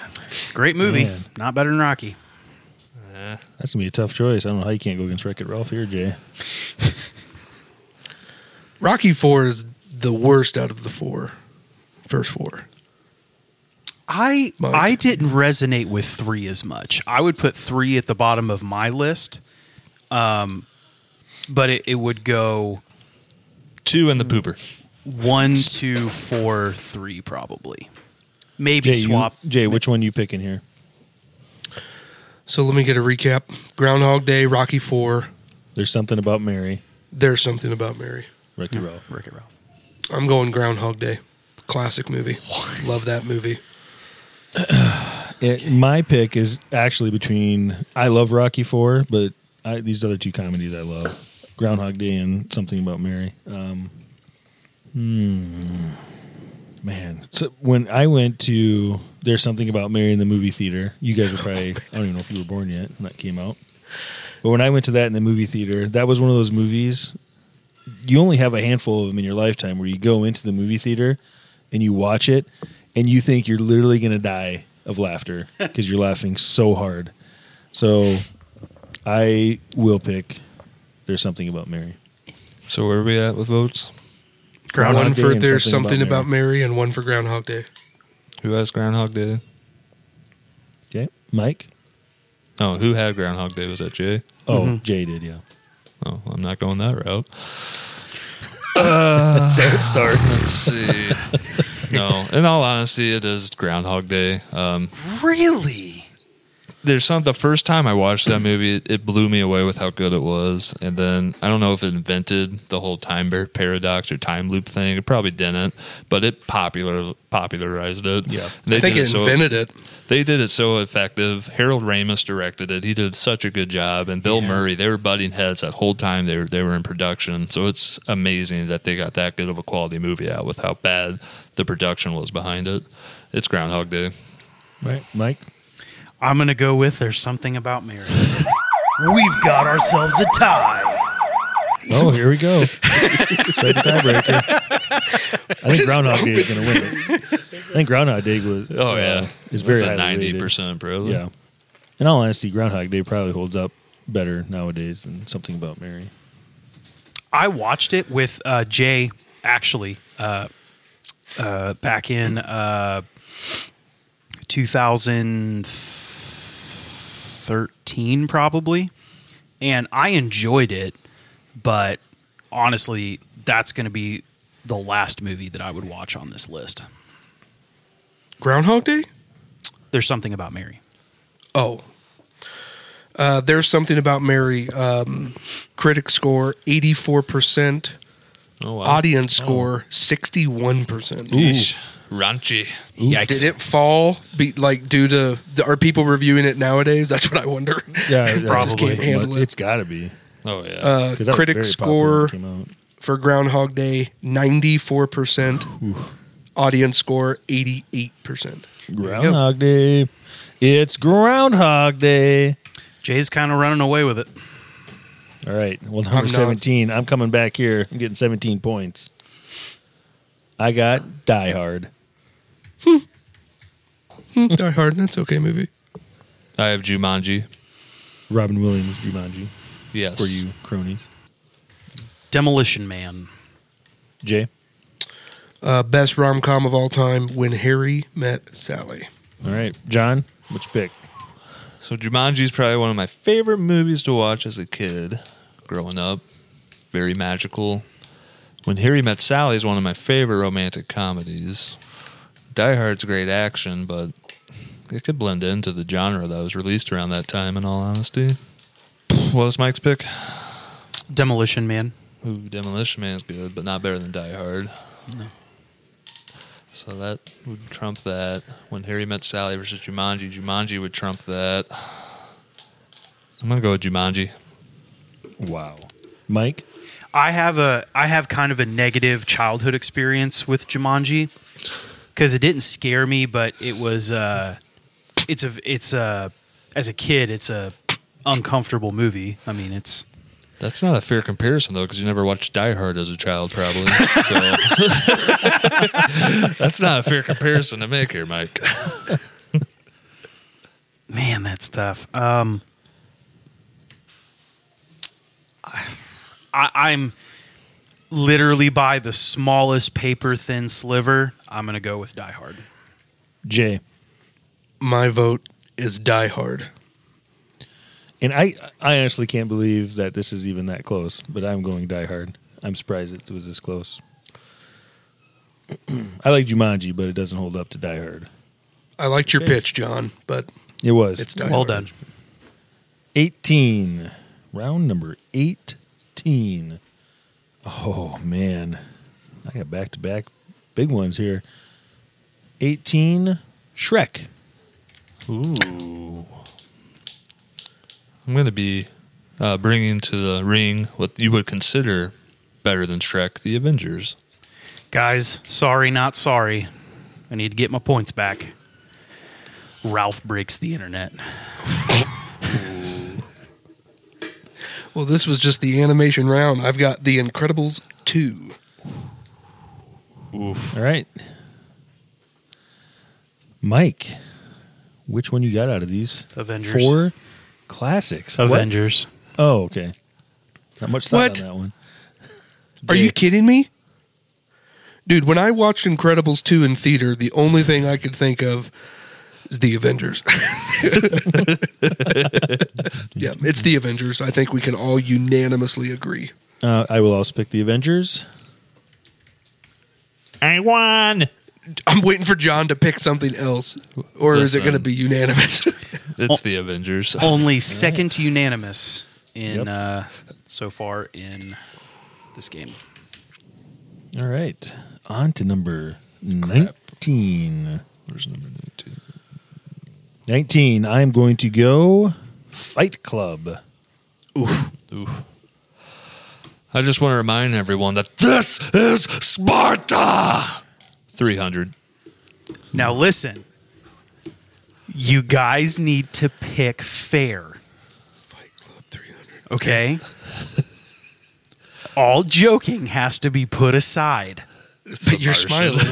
S5: Great movie,
S2: Man.
S5: not better than Rocky.
S2: That's going to be a tough choice. I don't know how you can't go against Wreck It Ralph here, Jay.
S6: Rocky Four is the worst out of the four, first four.
S5: I
S6: Mike.
S5: I didn't resonate with three as much. I would put three at the bottom of my list, um, but it, it would go
S4: Two and the pooper.
S5: one, two, four, three, probably. Maybe
S2: Jay, you-
S5: swap.
S2: Jay, which one you picking here?
S6: So let me get a recap. Groundhog Day, Rocky Four.
S2: There's something about Mary.
S6: There's something about Mary.
S2: Wreck It Ralph.
S5: Rick and Ralph.
S6: I'm going Groundhog Day. Classic movie. Love that movie.
S2: It, my pick is actually between I love Rocky Four, but I, these other two comedies I love, Groundhog Day and Something About Mary. Um, hmm, man, so when I went to There's Something About Mary in the movie theater, you guys were probably I don't even know if you were born yet when that came out, but when I went to that in the movie theater, that was one of those movies. You only have a handful of them in your lifetime where you go into the movie theater and you watch it and you think you're literally going to die of laughter because you're laughing so hard. So I will pick There's Something About Mary.
S4: So where are we at with votes?
S2: Groundhog
S6: one
S2: Day
S6: for
S2: and
S6: There's
S2: Something
S6: Something
S2: About
S6: About Mary. and one for Groundhog Day.
S4: Who has Groundhog Day?
S2: Okay. Mike?
S4: No, who had Groundhog Day? Was that Jay?
S2: Oh, Jay did, yeah.
S4: Oh, I'm not going that route.
S2: So it starts.
S4: Uh, Let's see. no, in all honesty, it is Groundhog Day. Um,
S5: Really?
S4: there's some the first time I watched that movie, it, it blew me away with how good it was. And then I don't know if it invented the whole time bar- paradox or time loop thing. It probably didn't, but it popular popularized it. Yeah, they
S6: I think
S4: did
S6: it invented it.
S4: they did it so effective. Harold Ramis directed it. He did such a good job, and Bill Murray. They were butting heads that whole time they were they were in production. So it's amazing that they got that good of a quality movie out with how bad the production was behind it. It's Groundhog Day.
S2: Right. Mike?
S5: I'm gonna go with there's something about Mary.
S7: We've got ourselves a tie.
S2: Oh, here we go. Straight the tiebreaker. I think Groundhog Day is going to win it. I think Groundhog Day was.
S4: Oh
S2: uh,
S4: yeah,
S2: is very
S4: That's a
S2: highly
S4: ninety
S2: rated.
S4: percent probably.
S2: Yeah. In all honesty, Groundhog Day probably holds up better nowadays than Something About Mary.
S5: I watched it with uh, Jay actually uh, uh, back in uh, 2013, probably, and I enjoyed it. But honestly, that's going to be the last movie that I would watch on this list.
S6: Groundhog Day?
S5: There's something about Mary.
S6: Oh. Uh, there's something about Mary. Um, critic score 84%,
S4: Oh wow.
S6: audience score 61%.
S4: Yeesh. Raunchy.
S6: Did it fall? Be, like due to are people reviewing it nowadays? That's what I wonder.
S2: Yeah,
S6: Probably. can't handle it.
S2: It's got to be.
S4: Oh yeah.
S6: Uh,
S2: 'Cause that was
S6: critic
S2: very popular when
S6: score
S2: it came out.
S6: for Groundhog Day ninety four percent. Audience score eighty eight percent.
S2: Groundhog Day. It's Groundhog Day.
S5: Jay's kind of running away with it.
S2: All right. Well, number
S6: I'm not-
S2: 17. I'm coming back here. I'm getting 17 points. I got Die Hard.
S6: Die Hard. That's okay movie.
S4: I have Jumanji.
S2: Robin Williams Jumanji
S4: Yes.
S2: for you cronies.
S5: Demolition Man.
S2: Jay.
S6: Uh, best rom com of all time: When Harry Met Sally.
S2: All right. John, which pick?
S4: So Jumanji's probably one of my favorite movies to watch as a kid growing up. Very magical. When Harry Met Sally is one of my favorite romantic comedies. Die Hard's great action, but it could blend into the genre that was released around that time in all honesty. What was Mike's pick?
S5: Demolition Man.
S4: Ooh, Demolition Man's good, but not better than Die Hard. So that would trump that. When Harry Met Sally versus Jumanji, Jumanji would trump that. I'm gonna go with Jumanji.
S2: Wow. Mike.
S5: I have a I have kind of a negative childhood experience with Jumanji because it didn't scare me, but it was uh, it's a it's a as a kid it's a uncomfortable movie. I mean it's
S4: That's not a fair comparison though, because you never watched Die Hard as a child, probably. So that's not a fair comparison to make here, Mike.
S5: man that's tough. Um, I, I'm literally by the smallest paper thin sliver. I'm gonna go with Die Hard.
S2: Jay.
S6: My vote is Die Hard.
S2: And I, I honestly can't believe that this is even that close, but I'm going Die Hard. I'm surprised it was this close. I like Jumanji, but it doesn't hold up to Die Hard.
S6: I liked your pitch, John, but
S2: It was.
S6: it's Die
S5: well
S6: Hard.
S5: done.
S2: 18. Round number 18. Oh, man. I got back to back big ones here. 18, Shrek.
S4: Ooh. I'm going to be uh, bringing to the ring what you would consider better than Shrek, the Avengers.
S5: Guys, sorry, not sorry. I need to get my points back. Ralph breaks the internet.
S6: Well, this was just the animation round. I've got The Incredibles two.
S2: All right. Mike, which one you got out of these?
S5: Avengers.
S2: Four classics. What?
S5: Avengers.
S2: Oh, okay. Not much thought
S6: What?
S2: on that one.
S6: Are
S2: Dude.
S6: you kidding me? Dude, when I watched Incredibles 2 in theater, the only thing I could think of is the Avengers. yeah, it's the Avengers. I think we can all unanimously agree.
S2: Uh, I will also pick the Avengers.
S4: I won.
S6: I'm waiting for John to pick something else, or is it
S4: Listen.
S6: going to be unanimous?
S4: It's the Avengers.
S5: Only second unanimous in
S2: Yep.
S5: uh, so far in this game.
S2: All right. On to number 19.
S4: Where's number 19?
S2: 19. I'm going to go Fight Club.
S4: Oof. I just want to remind everyone that this is Sparta 300.
S5: Now listen. You guys need to pick fair. Okay? All joking has to be put aside.
S6: but you're smiling.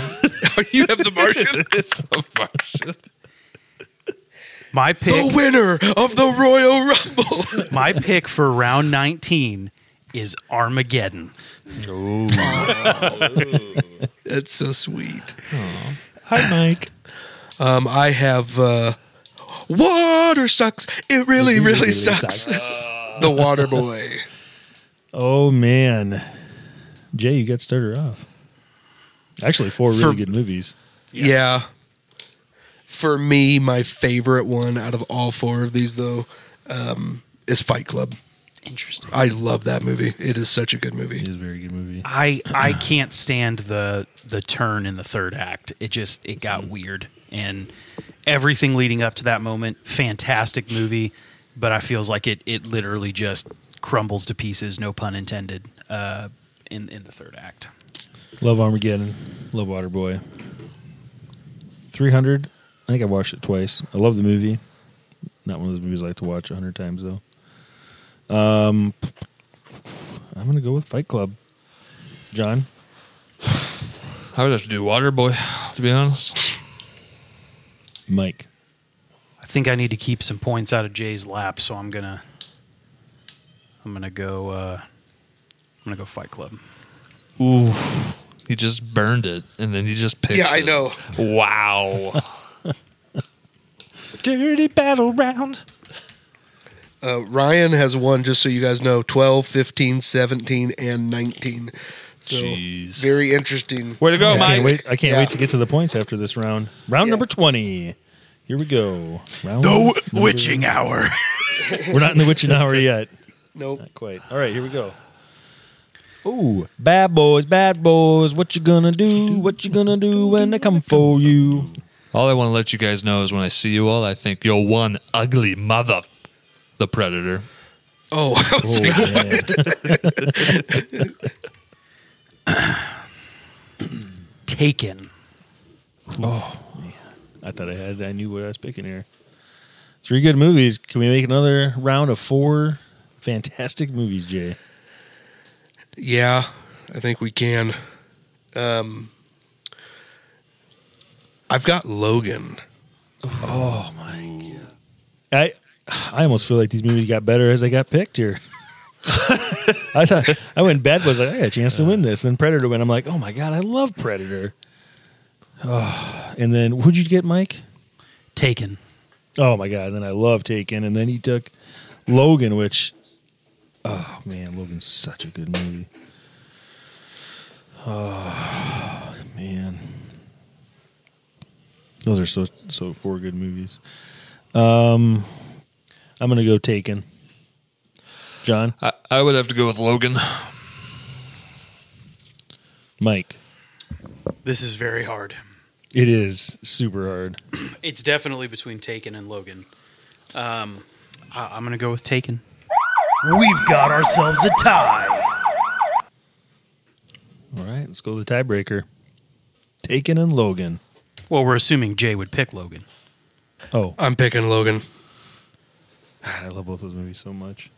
S6: you have the Martian.
S4: It's a Martian.
S5: My pick
S6: the winner of the Royal Rumble.
S5: My pick for round 19 is Armageddon.
S6: That's so sweet.
S4: Hi, Mike.
S6: Um, I have uh, water sucks. It really, really, sucks. the Water Boy.
S2: Oh, man. Jay, you got started off. Actually, four really
S5: For-
S2: good movies.
S6: Yeah. For me, my favorite one out of all four of these, though, um, is Fight Club.
S5: Interesting.
S6: I love that movie. It is such a good movie.
S2: It is a very good movie.
S5: I I can't stand the the turn in the third act. It just it got weird and everything leading up to that moment, fantastic movie, but I feels like it it literally just crumbles to pieces, no pun intended, uh in in the third act.
S2: Love Armageddon. Love Waterboy. 300. I think I watched it twice. I love the movie. Not one of those movies I like to watch a hundred times, though. Um, I'm gonna go with Fight Club. John,
S4: I would have to do Waterboy, to be honest.
S2: Mike,
S5: I think I need to keep some points out of Jay's lap, so I'm gonna I'm gonna go uh, I'm gonna go Fight Club.
S4: Ooh, he just burned it, and then he just picked.
S6: Yeah, I know.
S4: Wow.
S2: Dirty Battle Round.
S6: Uh, Ryan has won, just so you guys know, 12, 15, 17, and 19. So
S4: Jeez.
S6: very interesting.
S4: Way to go,
S2: I
S4: Mike.
S2: can't wait. I can't
S6: Yeah.
S2: wait to get to the points after this round. Round
S6: Yeah.
S2: number twenty. Here we go. Round number-
S7: hour.
S2: We're not in the witching hour yet.
S6: Nope.
S2: Not quite. All right, here we go. Ooh, bad boys, bad boys. What you gonna do? What you gonna do when they come for you?
S4: All I want to let you guys know is when I see you all, I think you're one ugly mother. The Predator.
S6: Oh, I was
S2: Oh,
S6: like,
S2: man.
S5: Taken.
S2: I thought I had. I knew what I was picking here. Three good movies. Can we make another round of four fantastic movies, Jay?
S6: yeah, I think we can. Um, I've got Logan.
S2: I I almost feel like these movies got better as I got picked here. I thought I went bad was like I got a chance to win this. Then Predator went. I'm like, oh my god, I love Predator. Oh, and then who'd you get, Mike?
S5: Taken.
S2: Oh my god! And then I love Taken, and then he took Logan, which oh man, Logan's such a good movie. Oh man, those are so so four good movies. Um, I'm gonna go Taken. John,
S4: I, I would have to go with Logan.
S2: Mike,
S5: This is very hard.
S2: it is super hard.
S5: It's definitely between Taken and Logan. Um, I, I'm gonna go with Taken.
S7: We've got ourselves a tie.
S2: All right, let's go to the tiebreaker. Taken and Logan.
S5: Well, we're assuming Jay would pick Logan.
S2: Oh,
S6: I'm picking Logan.
S2: God, I love both those movies so much.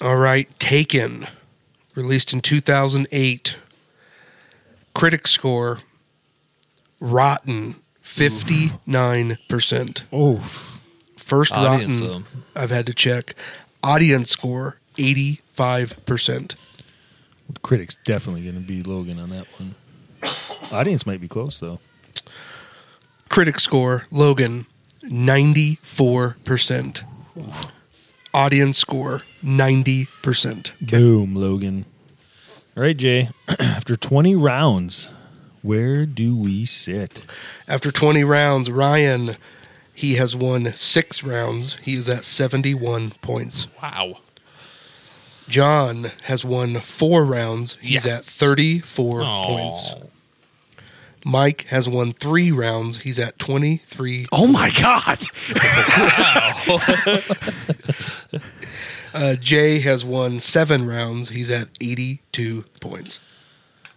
S6: All right, Taken, released in 2008. Critic score rotten 59%.
S2: Oof.
S6: First
S4: Audience,
S6: rotten
S4: though.
S6: I've had to check. Audience score 85%.
S2: Critics definitely going to be Logan on that one. Audience might be close though.
S6: Critic score Logan 94%. Audience score 90%.
S2: Boom, Logan. All right, Jay. After 20 rounds, where do we sit?
S6: After 20 rounds, Ryan he has won 6 rounds. He is at 71 points.
S4: Wow.
S6: John has won four rounds. He's
S4: Yes.
S6: at 34
S4: Aw.
S6: points. Mike has won three rounds. He's at 23.
S5: Oh my God!
S6: Uh, Jay has won seven rounds. He's at 82 points.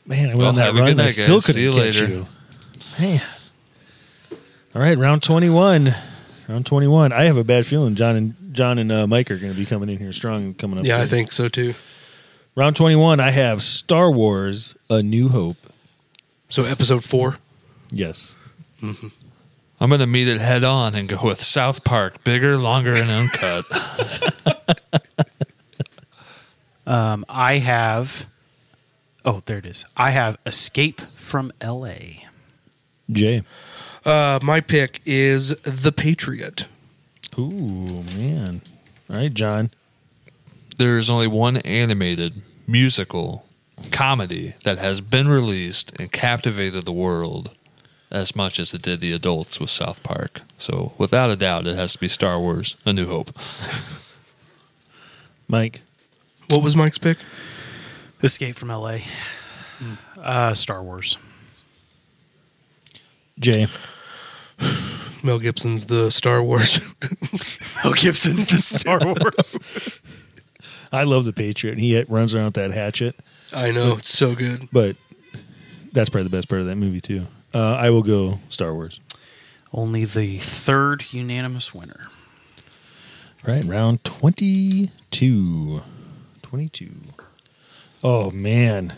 S2: Man, I went
S4: Well,
S2: on that
S4: have a
S2: run.
S4: good
S2: and I
S4: night,
S2: still
S4: guys. See
S2: couldn't
S4: you
S2: catch
S4: later.
S2: you. Hey. All right, round 21. Round 21. I have a bad feeling John and John and uh, Mike are going to be coming in here strong coming up.
S6: Yeah, I
S2: big.
S6: think so too.
S2: Round 21, I have Star Wars A New Hope.
S6: So episode four.
S2: Yes.
S4: I'm going to meet it head on and go with South Park, bigger, longer, and uncut.
S5: Um, I have. Oh, there it is. I have Escape from L.A.
S2: Jay.
S6: Uh, my pick is The Patriot.
S2: Ooh, man. All right, John.
S4: there is only one animated musical comedy that has been released and captivated the world as much as it did the adults with South Park. So, without a doubt, it has to be Star Wars: A New Hope.
S2: Mike.
S6: What was Mike's pick?
S5: Escape from L.A. Uh, Star Wars.
S2: Jay.
S6: Mel Gibson's The Star Wars.
S5: Mel Gibson's the Star Wars.
S2: I love the Patriot, and he runs around with that hatchet.
S6: I know it's so good.
S2: But that's probably the best part of that movie too. Uh, I will go Star Wars.
S5: Only the third unanimous winner.
S2: All right, round 22. 22. Oh man,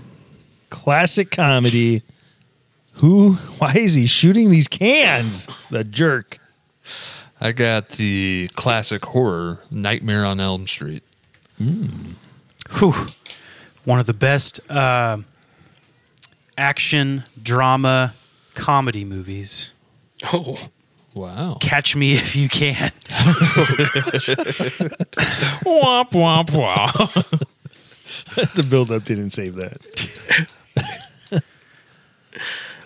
S2: classic comedy. Who? Why is he shooting these cans? The jerk.
S4: I got the classic horror Nightmare on Elm Street.
S5: Whew. One of the best uh, action, drama, comedy movies.
S6: Oh,
S4: Wow.
S5: Catch me if you can.
S4: womp womp womp.
S2: The buildup didn't save that.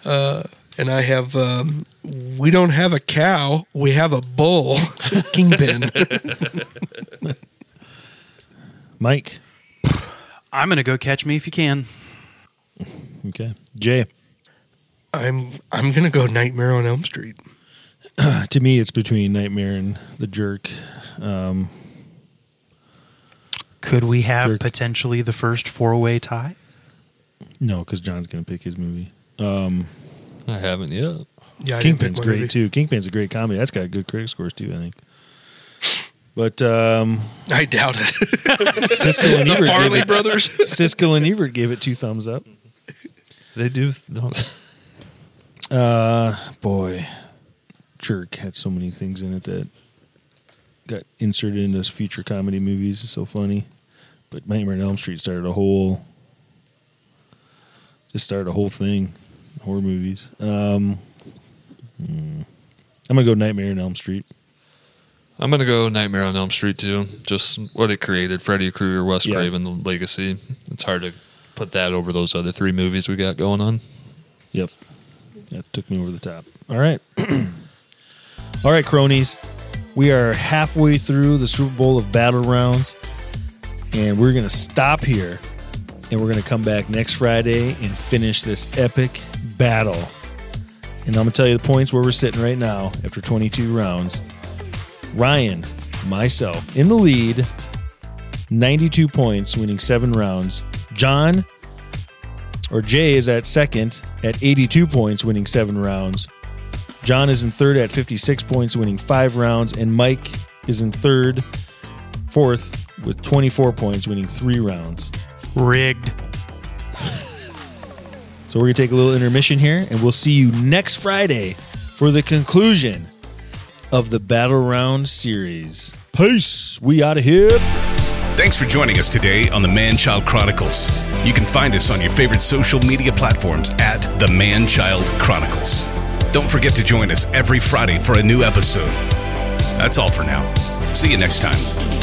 S6: and I have. Um, we don't have a cow. We have a bull. Kingpin.
S2: Mike.
S5: I'm going to go catch me if you can.
S2: Okay. Jay.
S6: I'm. I'm gonna go Nightmare on Elm Street.
S2: To me, it's between Nightmare and the Jerk.
S5: Could we have
S2: Sure.
S5: potentially the first four way tie?
S2: No, because John's gonna pick his movie.
S4: I haven't yet.
S6: Yeah, I didn't pick
S2: Kingpin's
S6: my
S2: great
S6: movie.
S2: too. Kingpin's a great comedy. That's got good critic scores too. I think. But um,
S6: I doubt it.
S2: Siskel and Ebert gave
S6: Farley
S2: it,
S6: Brothers.
S2: Siskel and Ebert gave it two thumbs up.
S4: They do.
S2: Boy, Jerk had so many things in it that got inserted into future comedy movies. It's so funny. But Nightmare on Elm Street started a whole. Just started a whole thing, horror movies. Um, hmm. I'm gonna go Nightmare on Elm Street.
S4: I'm gonna go Nightmare on Elm Street too. Just what it created: Freddy Krueger, Wes
S2: Yeah.
S4: Craven, the legacy. It's hard to put that over those other three movies we got going on.
S2: Yep. That took me over the top. All right. All right, cronies. We are halfway through the Super Bowl of battle rounds, and we're going to stop here, and we're going to come back next Friday and finish this epic battle. And I'm going to tell you the points where we're sitting right now after 22 rounds. Ryan, myself, in the lead, 92 points, winning seven rounds. John, or Jay is at second at 82 points, winning seven rounds. John is in third at 56 points, winning five rounds. And Mike is in third, fourth, with 24 points, winning three rounds.
S5: Rigged.
S2: So we're going to take a little intermission here, and we'll see you next Friday for the conclusion of the Battle Round series. Peace. We out of here.
S1: Thanks for joining us today on the Man Child Chronicles. You can find us on your favorite social media platforms at the Man Child Chronicles. Don't forget to join us every Friday for a new episode. That's all for now. See you next time.